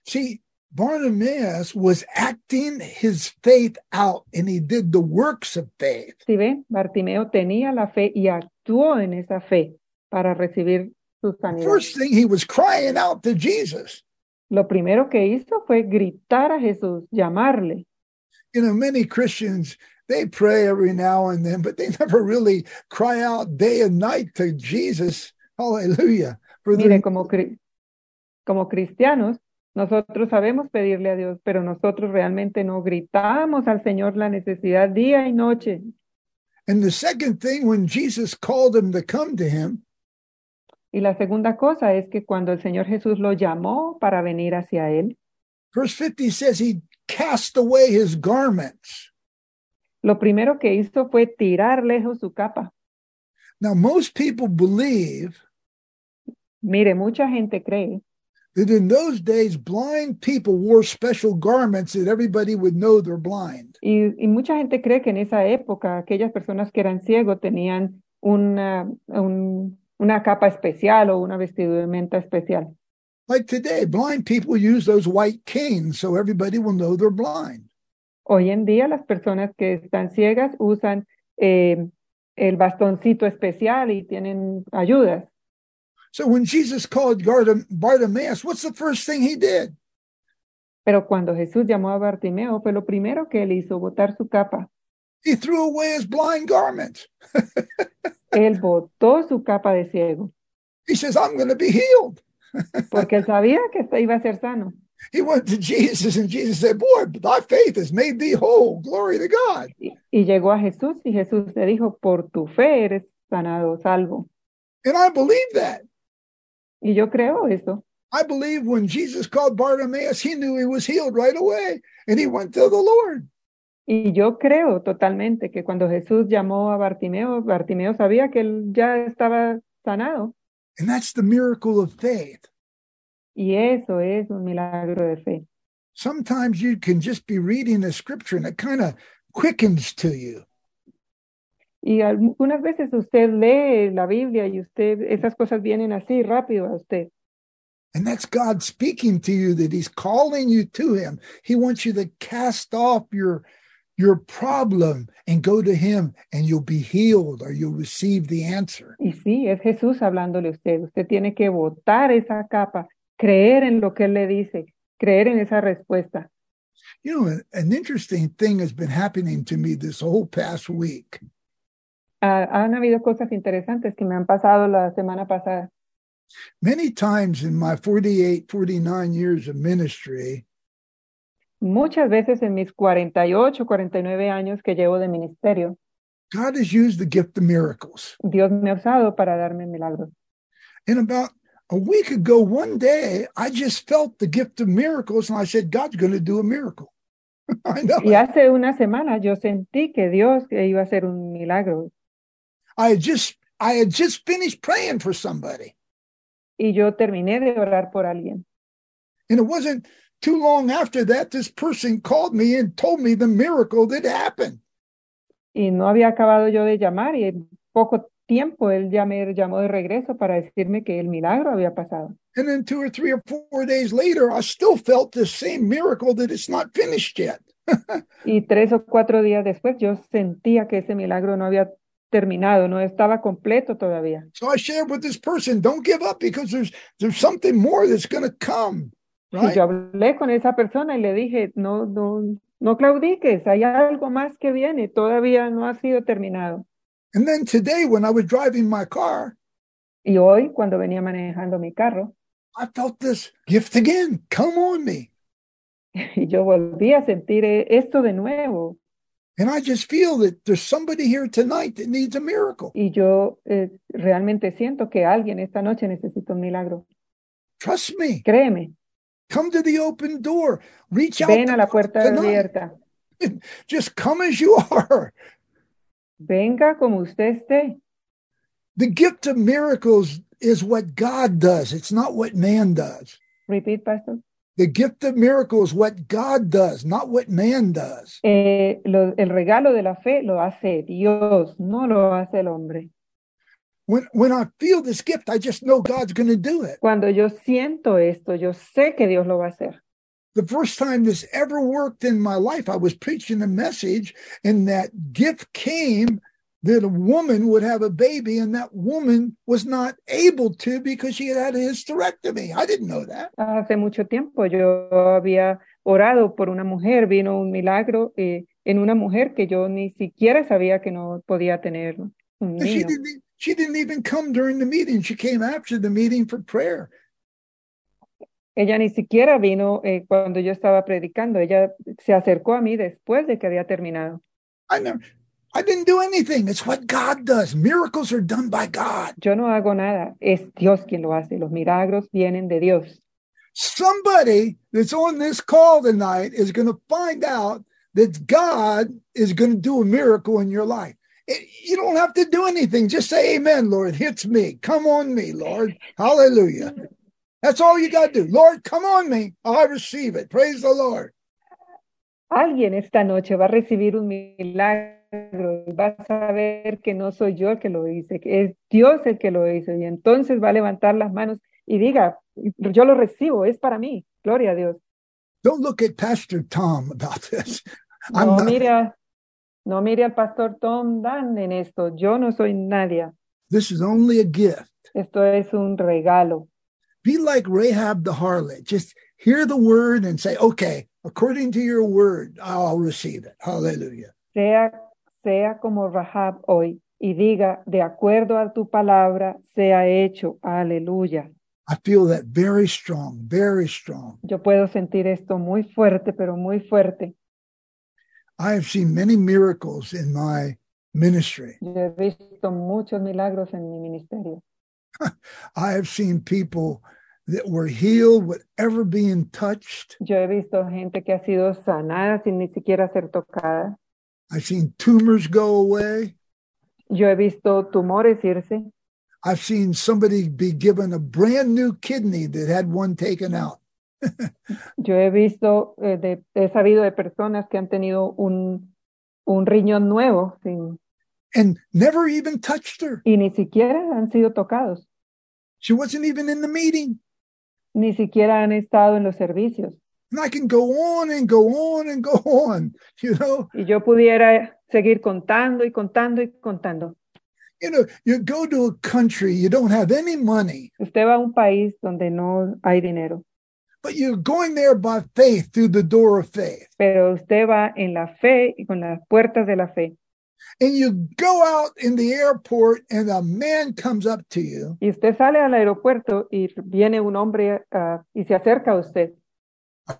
[SPEAKER 3] See, Bartimaeus was acting his faith out and he did the works of faith.
[SPEAKER 2] Si ve, Bartimeo tenía la fe y actuó en esa fe para recibir su sanidad.
[SPEAKER 3] First thing, he was crying out to Jesus.
[SPEAKER 2] Lo primero que hizo fue gritar a Jesús, llamarle.
[SPEAKER 3] You know, many Christians, they pray every now and then, but they never really cry out day and night to Jesus. Hallelujah. For their
[SPEAKER 2] Mire, como, cri- como cristianos, nosotros sabemos pedirle a Dios, pero nosotros realmente no gritamos al Señor la necesidad día y noche.
[SPEAKER 3] And the second thing, when Jesus called him to come to him,
[SPEAKER 2] Y la segunda cosa es que cuando el Señor Jesús lo llamó para venir hacia él,
[SPEAKER 3] verse 50 says he cast away his garments.
[SPEAKER 2] lo primero que hizo fue tirar lejos su capa.
[SPEAKER 3] Now, most people believe
[SPEAKER 2] Mire, mucha gente cree
[SPEAKER 3] that in those days, blind people wore special garments that everybody would know they're blind.
[SPEAKER 2] y, y mucha gente cree que en esa época aquellas personas que eran ciegos tenían una, un- una capa especial o una vestimenta especial.
[SPEAKER 3] Like today, blind people use those white canes so everybody will know they're blind.
[SPEAKER 2] Hoy en día las personas que están ciegas usan eh, el bastoncito especial y tienen ayudas.
[SPEAKER 3] So when Jesus called Garda- Bartimaeus, what's the first thing he did?
[SPEAKER 2] Pero cuando Jesús llamó a Bartimeo, fue lo primero que él hizo, botar su capa.
[SPEAKER 3] He threw away his blind garments.
[SPEAKER 2] Él botó su capa de ciego,
[SPEAKER 3] He says, I'm going to be healed.
[SPEAKER 2] porque él sabía que este iba a ser sano.
[SPEAKER 3] He went to Jesus, and Jesus said, Boy, thy faith has made thee whole. Glory to God.
[SPEAKER 2] Y, y llegó a Jesús y Jesús le dijo, por tu fe eres sanado, salvo.
[SPEAKER 3] And I believe that.
[SPEAKER 2] Y yo creo eso.
[SPEAKER 3] I believe when Jesus called Bartimaeus, he knew he was healed right away, and he went to the Lord.
[SPEAKER 2] Y yo creo totalmente que cuando Jesús llamó a Bartimeo, Bartimeo sabía que él ya estaba sanado.
[SPEAKER 3] And that's the miracle of faith.
[SPEAKER 2] Y eso es un milagro de fe.
[SPEAKER 3] Sometimes you can just be reading the scripture and it kind of quickens to you.
[SPEAKER 2] Y algunas veces usted lee la Biblia y usted, esas cosas vienen así rápido a usted.
[SPEAKER 3] And that's God speaking to you that he's calling you to him. He wants you to cast off your your problem and go to him and you'll be healed or you'll receive the answer.
[SPEAKER 2] Y sí, es Jesús hablándole a usted. Usted tiene que botar esa capa, creer en lo que Él le dice, creer en esa respuesta.
[SPEAKER 3] You know, an, an interesting thing has been happening to me this whole past week.
[SPEAKER 2] Ah, han habido cosas interesantes que me han pasado la semana pasada.
[SPEAKER 3] Many times in my 48, 49 years of ministry,
[SPEAKER 2] Muchas veces en mis 48, 49 años que llevo de ministerio,
[SPEAKER 3] God has used the gift of miracles.
[SPEAKER 2] Dios me ha usado para darme milagros.
[SPEAKER 3] And about a week ago, one day, I just felt the gift of miracles and I said, God's going to do a miracle. I know.
[SPEAKER 2] Y hace una semana yo sentí que Dios iba a hacer un milagro.
[SPEAKER 3] I had just I had just finished praying for somebody,
[SPEAKER 2] Y yo terminé de orar por alguien.
[SPEAKER 3] and it wasn't too long after that this person called me and told me the miracle that happened.
[SPEAKER 2] y no había acabado yo de llamar y en poco tiempo él ya me llamó de regreso para decirme que el milagro había pasado.
[SPEAKER 3] And then two or three or four days later, I still felt the same miracle that it's not finished yet.
[SPEAKER 2] Y tres o cuatro días después yo sentía que ese milagro no había terminado, no estaba completo todavía.
[SPEAKER 3] So I shared with this person, don't give up because there's there's something more that's going to come,
[SPEAKER 2] Y
[SPEAKER 3] right?
[SPEAKER 2] yo hablé con esa persona y le dije, no, no, no claudiques, hay algo más que viene, todavía no ha sido terminado.
[SPEAKER 3] And then today, when I was driving my car,
[SPEAKER 2] Y hoy, cuando venía manejando mi carro,
[SPEAKER 3] I felt this gift again come on me,
[SPEAKER 2] y yo volví a sentir eh, esto de nuevo,
[SPEAKER 3] and I just feel that there's somebody here tonight that needs a miracle.
[SPEAKER 2] y yo eh, realmente siento que alguien esta noche necesita un milagro.
[SPEAKER 3] Trust me.
[SPEAKER 2] Créeme,
[SPEAKER 3] Come to the open door. Reach out.
[SPEAKER 2] ven a
[SPEAKER 3] to
[SPEAKER 2] la
[SPEAKER 3] God
[SPEAKER 2] puerta
[SPEAKER 3] tonight.
[SPEAKER 2] abierta.
[SPEAKER 3] Just come as you are.
[SPEAKER 2] Venga como usted esté.
[SPEAKER 3] The gift of miracles is what God does. It's not what man does.
[SPEAKER 2] Repeat, pastor.
[SPEAKER 3] The gift of miracles is what God does, not what man does.
[SPEAKER 2] Eh, lo- el regalo de la fe lo hace Dios, no lo hace el hombre.
[SPEAKER 3] When when I feel this gift, I just know God's going to do it.
[SPEAKER 2] Cuando yo siento esto, yo sé que Dios lo va a hacer.
[SPEAKER 3] the first time this ever worked in my life, I was preaching a message, and that gift came that a woman would have a baby, and that woman was not able to because she had had a hysterectomy. I didn't know that.
[SPEAKER 2] Hace mucho tiempo yo había orado por una mujer, vino un milagro eh, en una mujer que yo ni siquiera sabía que no podía tener un
[SPEAKER 3] And she
[SPEAKER 2] niño.
[SPEAKER 3] didn't. e- She didn't even come during the meeting. She came after the meeting for prayer.
[SPEAKER 2] Ella ni siquiera vino eh, cuando yo estaba predicando, ella se acercó a mí después de que había terminado.
[SPEAKER 3] I never. I didn't do anything. It's what God does. Miracles are done by God.
[SPEAKER 2] Yo no hago nada, es Dios quien lo hace, los milagros vienen de Dios.
[SPEAKER 3] Somebody that's on this call tonight is going to find out that God is going to do a miracle in your life. It- you don't have to do anything. Just say, Amen, Lord. Hits me. Come on me, Lord. Hallelujah. That's all you got to do. Lord, come on me. I receive it. Praise the Lord.
[SPEAKER 2] Alguien esta noche va a recibir un milagro y va a saber que no soy yo el que lo hice, que es Dios el que lo hizo. Y entonces va a levantar las manos y diga, yo lo recibo, es para mí, gloria a Dios.
[SPEAKER 3] Don't look at Pastor Tom about this. I'm
[SPEAKER 2] No
[SPEAKER 3] not-
[SPEAKER 2] mire, a- no mire al pastor Tom Dan en esto, yo no soy nadie,
[SPEAKER 3] This is only a gift.
[SPEAKER 2] esto es un regalo.
[SPEAKER 3] Be like Rahab the harlot. Just hear the word and say, okay, according to your word, I'll receive it. Hallelujah.
[SPEAKER 2] Sea, sea como Rahab hoy y diga, de acuerdo a tu palabra, sea hecho, aleluya.
[SPEAKER 3] I feel that very strong, very strong.
[SPEAKER 2] Yo puedo sentir esto muy fuerte, pero muy fuerte.
[SPEAKER 3] I have seen many miracles in my ministry.
[SPEAKER 2] Yo he visto muchos milagros en mi ministerio.
[SPEAKER 3] I have seen people that were healed without ever being touched.
[SPEAKER 2] Yo he visto gente que ha sido sanada sin ni siquiera ser tocada.
[SPEAKER 3] I've seen tumors go away.
[SPEAKER 2] Yo he visto tumores irse.
[SPEAKER 3] I've seen somebody be given a brand new kidney that had one taken out.
[SPEAKER 2] Yo he visto, eh, de- he sabido de personas que han tenido un, un riñón nuevo sin-
[SPEAKER 3] and never even touched her.
[SPEAKER 2] y ni siquiera han sido tocados,
[SPEAKER 3] She wasn't even in the meeting.
[SPEAKER 2] ni siquiera han estado en los servicios.
[SPEAKER 3] And I can go on and go on and go on. You know,
[SPEAKER 2] Y yo pudiera seguir contando y contando y contando.
[SPEAKER 3] you know, you go to a country, you don't have any money,
[SPEAKER 2] Usted va a un país donde no hay dinero,
[SPEAKER 3] but you're going there by faith through the door of faith.
[SPEAKER 2] pero usted va en la fe y con las puertas de la fe.
[SPEAKER 3] And you go out in the airport and a man comes up to you
[SPEAKER 2] Y usted sale al aeropuerto y viene un hombre ah, y se acerca a usted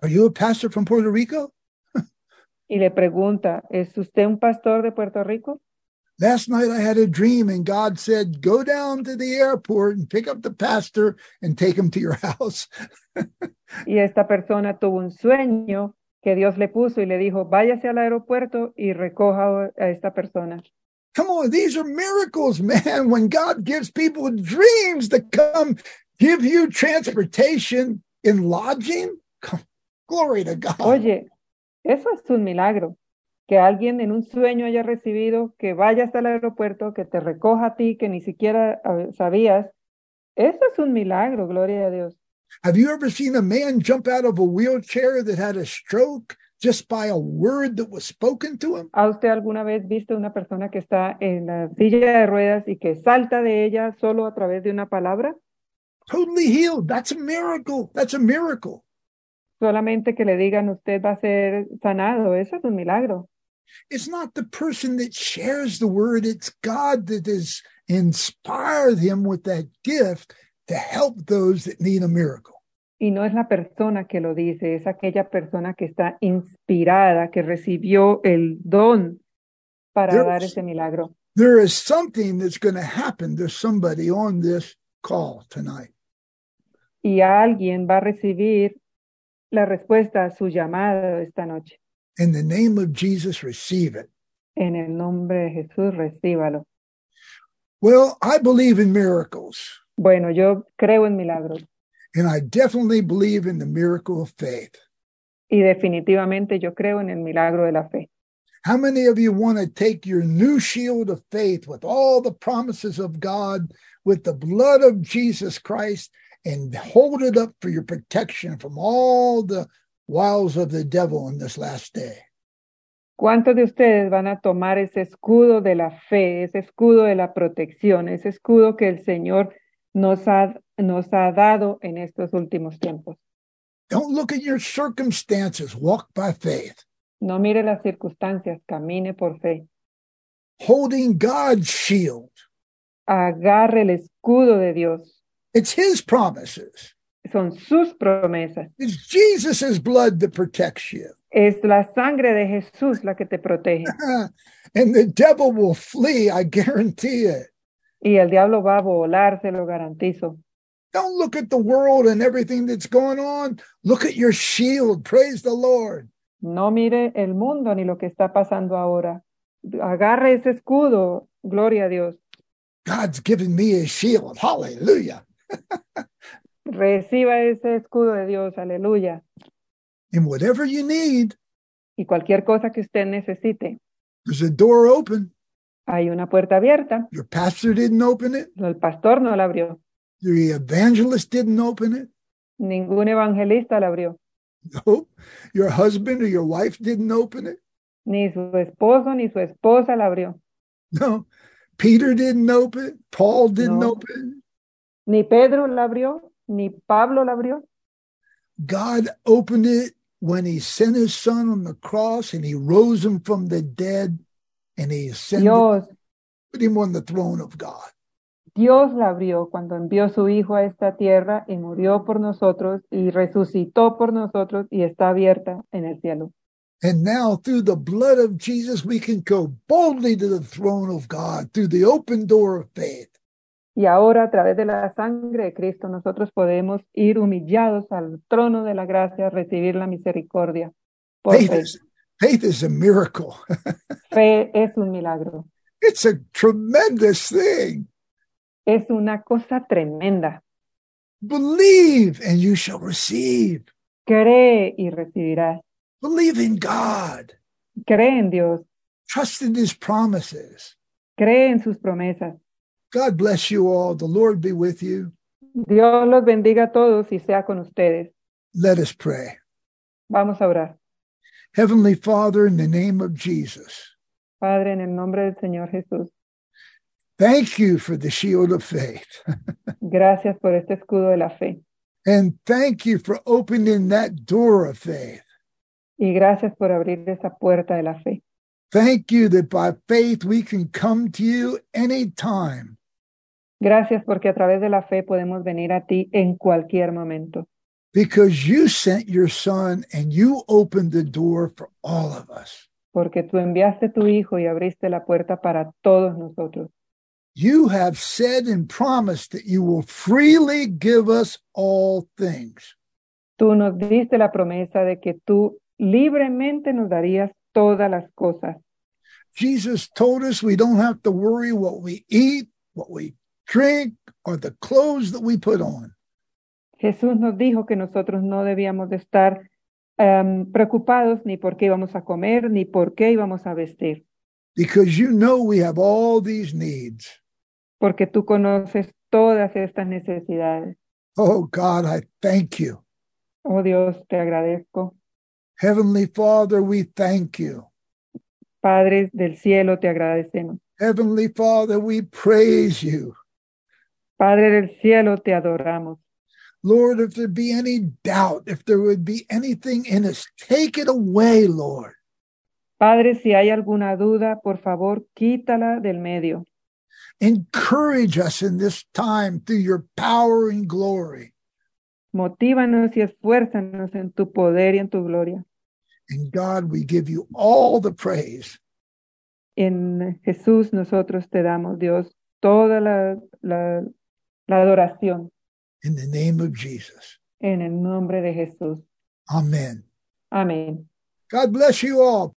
[SPEAKER 3] Are you a pastor from Puerto Rico?
[SPEAKER 2] y le pregunta, ¿es usted un pastor de Puerto Rico?
[SPEAKER 3] Last night I had a dream and God said, Go down to the airport and pick up the pastor and take him to your house.
[SPEAKER 2] Y esta persona tuvo un sueño que Dios le puso y le dijo, váyase al aeropuerto y recoja a esta persona.
[SPEAKER 3] Come on, these are miracles, man. When God gives people dreams to come give you transportation and lodging, come, glory to God.
[SPEAKER 2] Oye, eso es un milagro, que alguien en un sueño haya recibido, que vaya hasta el aeropuerto, que te recoja a ti, que ni siquiera ah, sabías. Eso es un milagro, gloria a Dios.
[SPEAKER 3] Have you ever seen a man jump out of a wheelchair that had a stroke just by a word that was spoken to him?
[SPEAKER 2] ¿Ha usted alguna vez visto una persona que está en la silla de ruedas y que salta de ella solo a través de una palabra?
[SPEAKER 3] Totally healed. That's a miracle. That's a miracle.
[SPEAKER 2] Solamente que le digan usted va a ser sanado, eso es un milagro.
[SPEAKER 3] It's not the person that shares the word, it's God that has inspired him with that gift to help those that need a miracle.
[SPEAKER 2] Y no es la persona que lo dice, es aquella persona que está inspirada, que recibió el don para
[SPEAKER 3] Dios.
[SPEAKER 2] dar ese milagro.
[SPEAKER 3] there is something that's going to happen to somebody on this call tonight.
[SPEAKER 2] Y alguien va a recibir la respuesta a su llamado esta noche.
[SPEAKER 3] In the name of Jesus, receive it.
[SPEAKER 2] En el nombre de Jesús, recíbalo.
[SPEAKER 3] Well, I believe in miracles,
[SPEAKER 2] Bueno, yo creo en milagros.
[SPEAKER 3] and I definitely believe in the miracle of faith.
[SPEAKER 2] Y definitivamente yo creo en el milagro de la fe.
[SPEAKER 3] How many of you want to take your new shield of faith with all the promises of God, with the blood of Jesus Christ, and hold it up for your protection from all the wiles of the devil in this last day.
[SPEAKER 2] ¿Cuántos de ustedes van a tomar ese escudo de la fe, ese escudo de la protección, ese escudo que el Señor nos ha, nos ha dado en estos últimos tiempos?
[SPEAKER 3] Don't look at your circumstances, walk by faith.
[SPEAKER 2] No mire las circunstancias, camine por fe.
[SPEAKER 3] Holding God's shield,
[SPEAKER 2] Agarre el escudo de Dios.
[SPEAKER 3] it's His promises.
[SPEAKER 2] Son sus promesas.
[SPEAKER 3] It's Jesus' blood that protects you.
[SPEAKER 2] Es la sangre de Jesús la que te protege.
[SPEAKER 3] and the devil will flee, I guarantee it.
[SPEAKER 2] Y el diablo va a volar, se lo garantizo.
[SPEAKER 3] Don't look at the world and everything that's going on. Look at your shield. Praise the Lord.
[SPEAKER 2] No mire el mundo ni lo que está pasando ahora. Agarre ese escudo, gloria a Dios.
[SPEAKER 3] God's given me a shield. Hallelujah.
[SPEAKER 2] Reciba ese escudo de Dios, aleluya.
[SPEAKER 3] And whatever you need,
[SPEAKER 2] Y cualquier cosa que usted necesite,
[SPEAKER 3] there's a door open.
[SPEAKER 2] hay una puerta abierta.
[SPEAKER 3] Your pastor didn't open it.
[SPEAKER 2] El pastor no la abrió,
[SPEAKER 3] The evangelist didn't open it.
[SPEAKER 2] ningún evangelista la abrió,
[SPEAKER 3] Nope. Your husband or your wife didn't open it.
[SPEAKER 2] ni su esposo ni su esposa la abrió,
[SPEAKER 3] No. Peter didn't open it. Paul didn't
[SPEAKER 2] No.
[SPEAKER 3] open
[SPEAKER 2] ni Pedro la abrió, ni Pablo la abrió.
[SPEAKER 3] it. God opened it when he sent his son on the cross and he rose him from the dead and he ascended,
[SPEAKER 2] Dios,
[SPEAKER 3] put him on the throne of God.
[SPEAKER 2] Dios la abrió cuando envió su hijo a esta tierra y murió por nosotros y resucitó por nosotros y está abierta en el cielo.
[SPEAKER 3] And now, through the blood of Jesus, we can go boldly to the throne of God through the open door of faith.
[SPEAKER 2] Y ahora a través de la sangre de Cristo nosotros podemos ir humillados al trono de la gracia, recibir la misericordia. Por
[SPEAKER 3] Faith
[SPEAKER 2] fe.
[SPEAKER 3] is, faith is a miracle,
[SPEAKER 2] Fe es un milagro,
[SPEAKER 3] it's a tremendous thing.
[SPEAKER 2] es una cosa tremenda.
[SPEAKER 3] Believe and you shall receive.
[SPEAKER 2] Cree y recibirás.
[SPEAKER 3] Believe in God,
[SPEAKER 2] Cree en Dios,
[SPEAKER 3] trust in his promises.
[SPEAKER 2] cree en sus promesas.
[SPEAKER 3] God bless you all. The Lord be with you.
[SPEAKER 2] Dios los bendiga a todos y sea con ustedes.
[SPEAKER 3] Let us pray.
[SPEAKER 2] Vamos a orar.
[SPEAKER 3] Heavenly Father, in the name of Jesus,
[SPEAKER 2] Padre, en el nombre del Señor Jesús,
[SPEAKER 3] thank you for the shield of faith.
[SPEAKER 2] gracias por este escudo de la fe
[SPEAKER 3] And thank you for opening that door of faith.
[SPEAKER 2] y gracias por abrir esa puerta de la fe.
[SPEAKER 3] Thank you that by faith we can come to you anytime.
[SPEAKER 2] Gracias porque a través de la fe podemos venir a ti en cualquier momento,
[SPEAKER 3] Because you sent your son and you opened the door for all of us.
[SPEAKER 2] porque tú enviaste tu Hijo y abriste la puerta para todos nosotros.
[SPEAKER 3] You have said and promised that you will freely give us all things.
[SPEAKER 2] Tú nos diste la promesa de que tú libremente nos darías todas las cosas.
[SPEAKER 3] Jesus told us we don't have to worry what we eat, what we drink, or the clothes that we put on.
[SPEAKER 2] Jesús nos dijo que nosotros no debíamos de estar em, preocupados ni por qué íbamos a comer, ni por qué íbamos a vestir,
[SPEAKER 3] Because you know we have all these needs.
[SPEAKER 2] porque tú conoces todas estas necesidades.
[SPEAKER 3] Oh God, I thank you.
[SPEAKER 2] Oh Dios, te agradezco.
[SPEAKER 3] Heavenly Father, we thank you.
[SPEAKER 2] Padres del cielo, te agradecemos.
[SPEAKER 3] Heavenly Father, we praise you.
[SPEAKER 2] Padre del cielo, te adoramos.
[SPEAKER 3] Lord, if there be any doubt, if there would be anything in us, take it away, Lord.
[SPEAKER 2] Padre, si hay alguna duda, por favor, quítala del medio.
[SPEAKER 3] Encourage us in this time through your power and glory.
[SPEAKER 2] Motívanos y esfuérzanos en tu poder y en tu gloria.
[SPEAKER 3] And God, we give you all the praise.
[SPEAKER 2] En Jesús nosotros te damos, Dios, toda la, la- la adoración
[SPEAKER 3] in the name of Jesus.
[SPEAKER 2] en el nombre de Jesús.
[SPEAKER 3] Amen.
[SPEAKER 2] Amén.
[SPEAKER 3] God bless you all.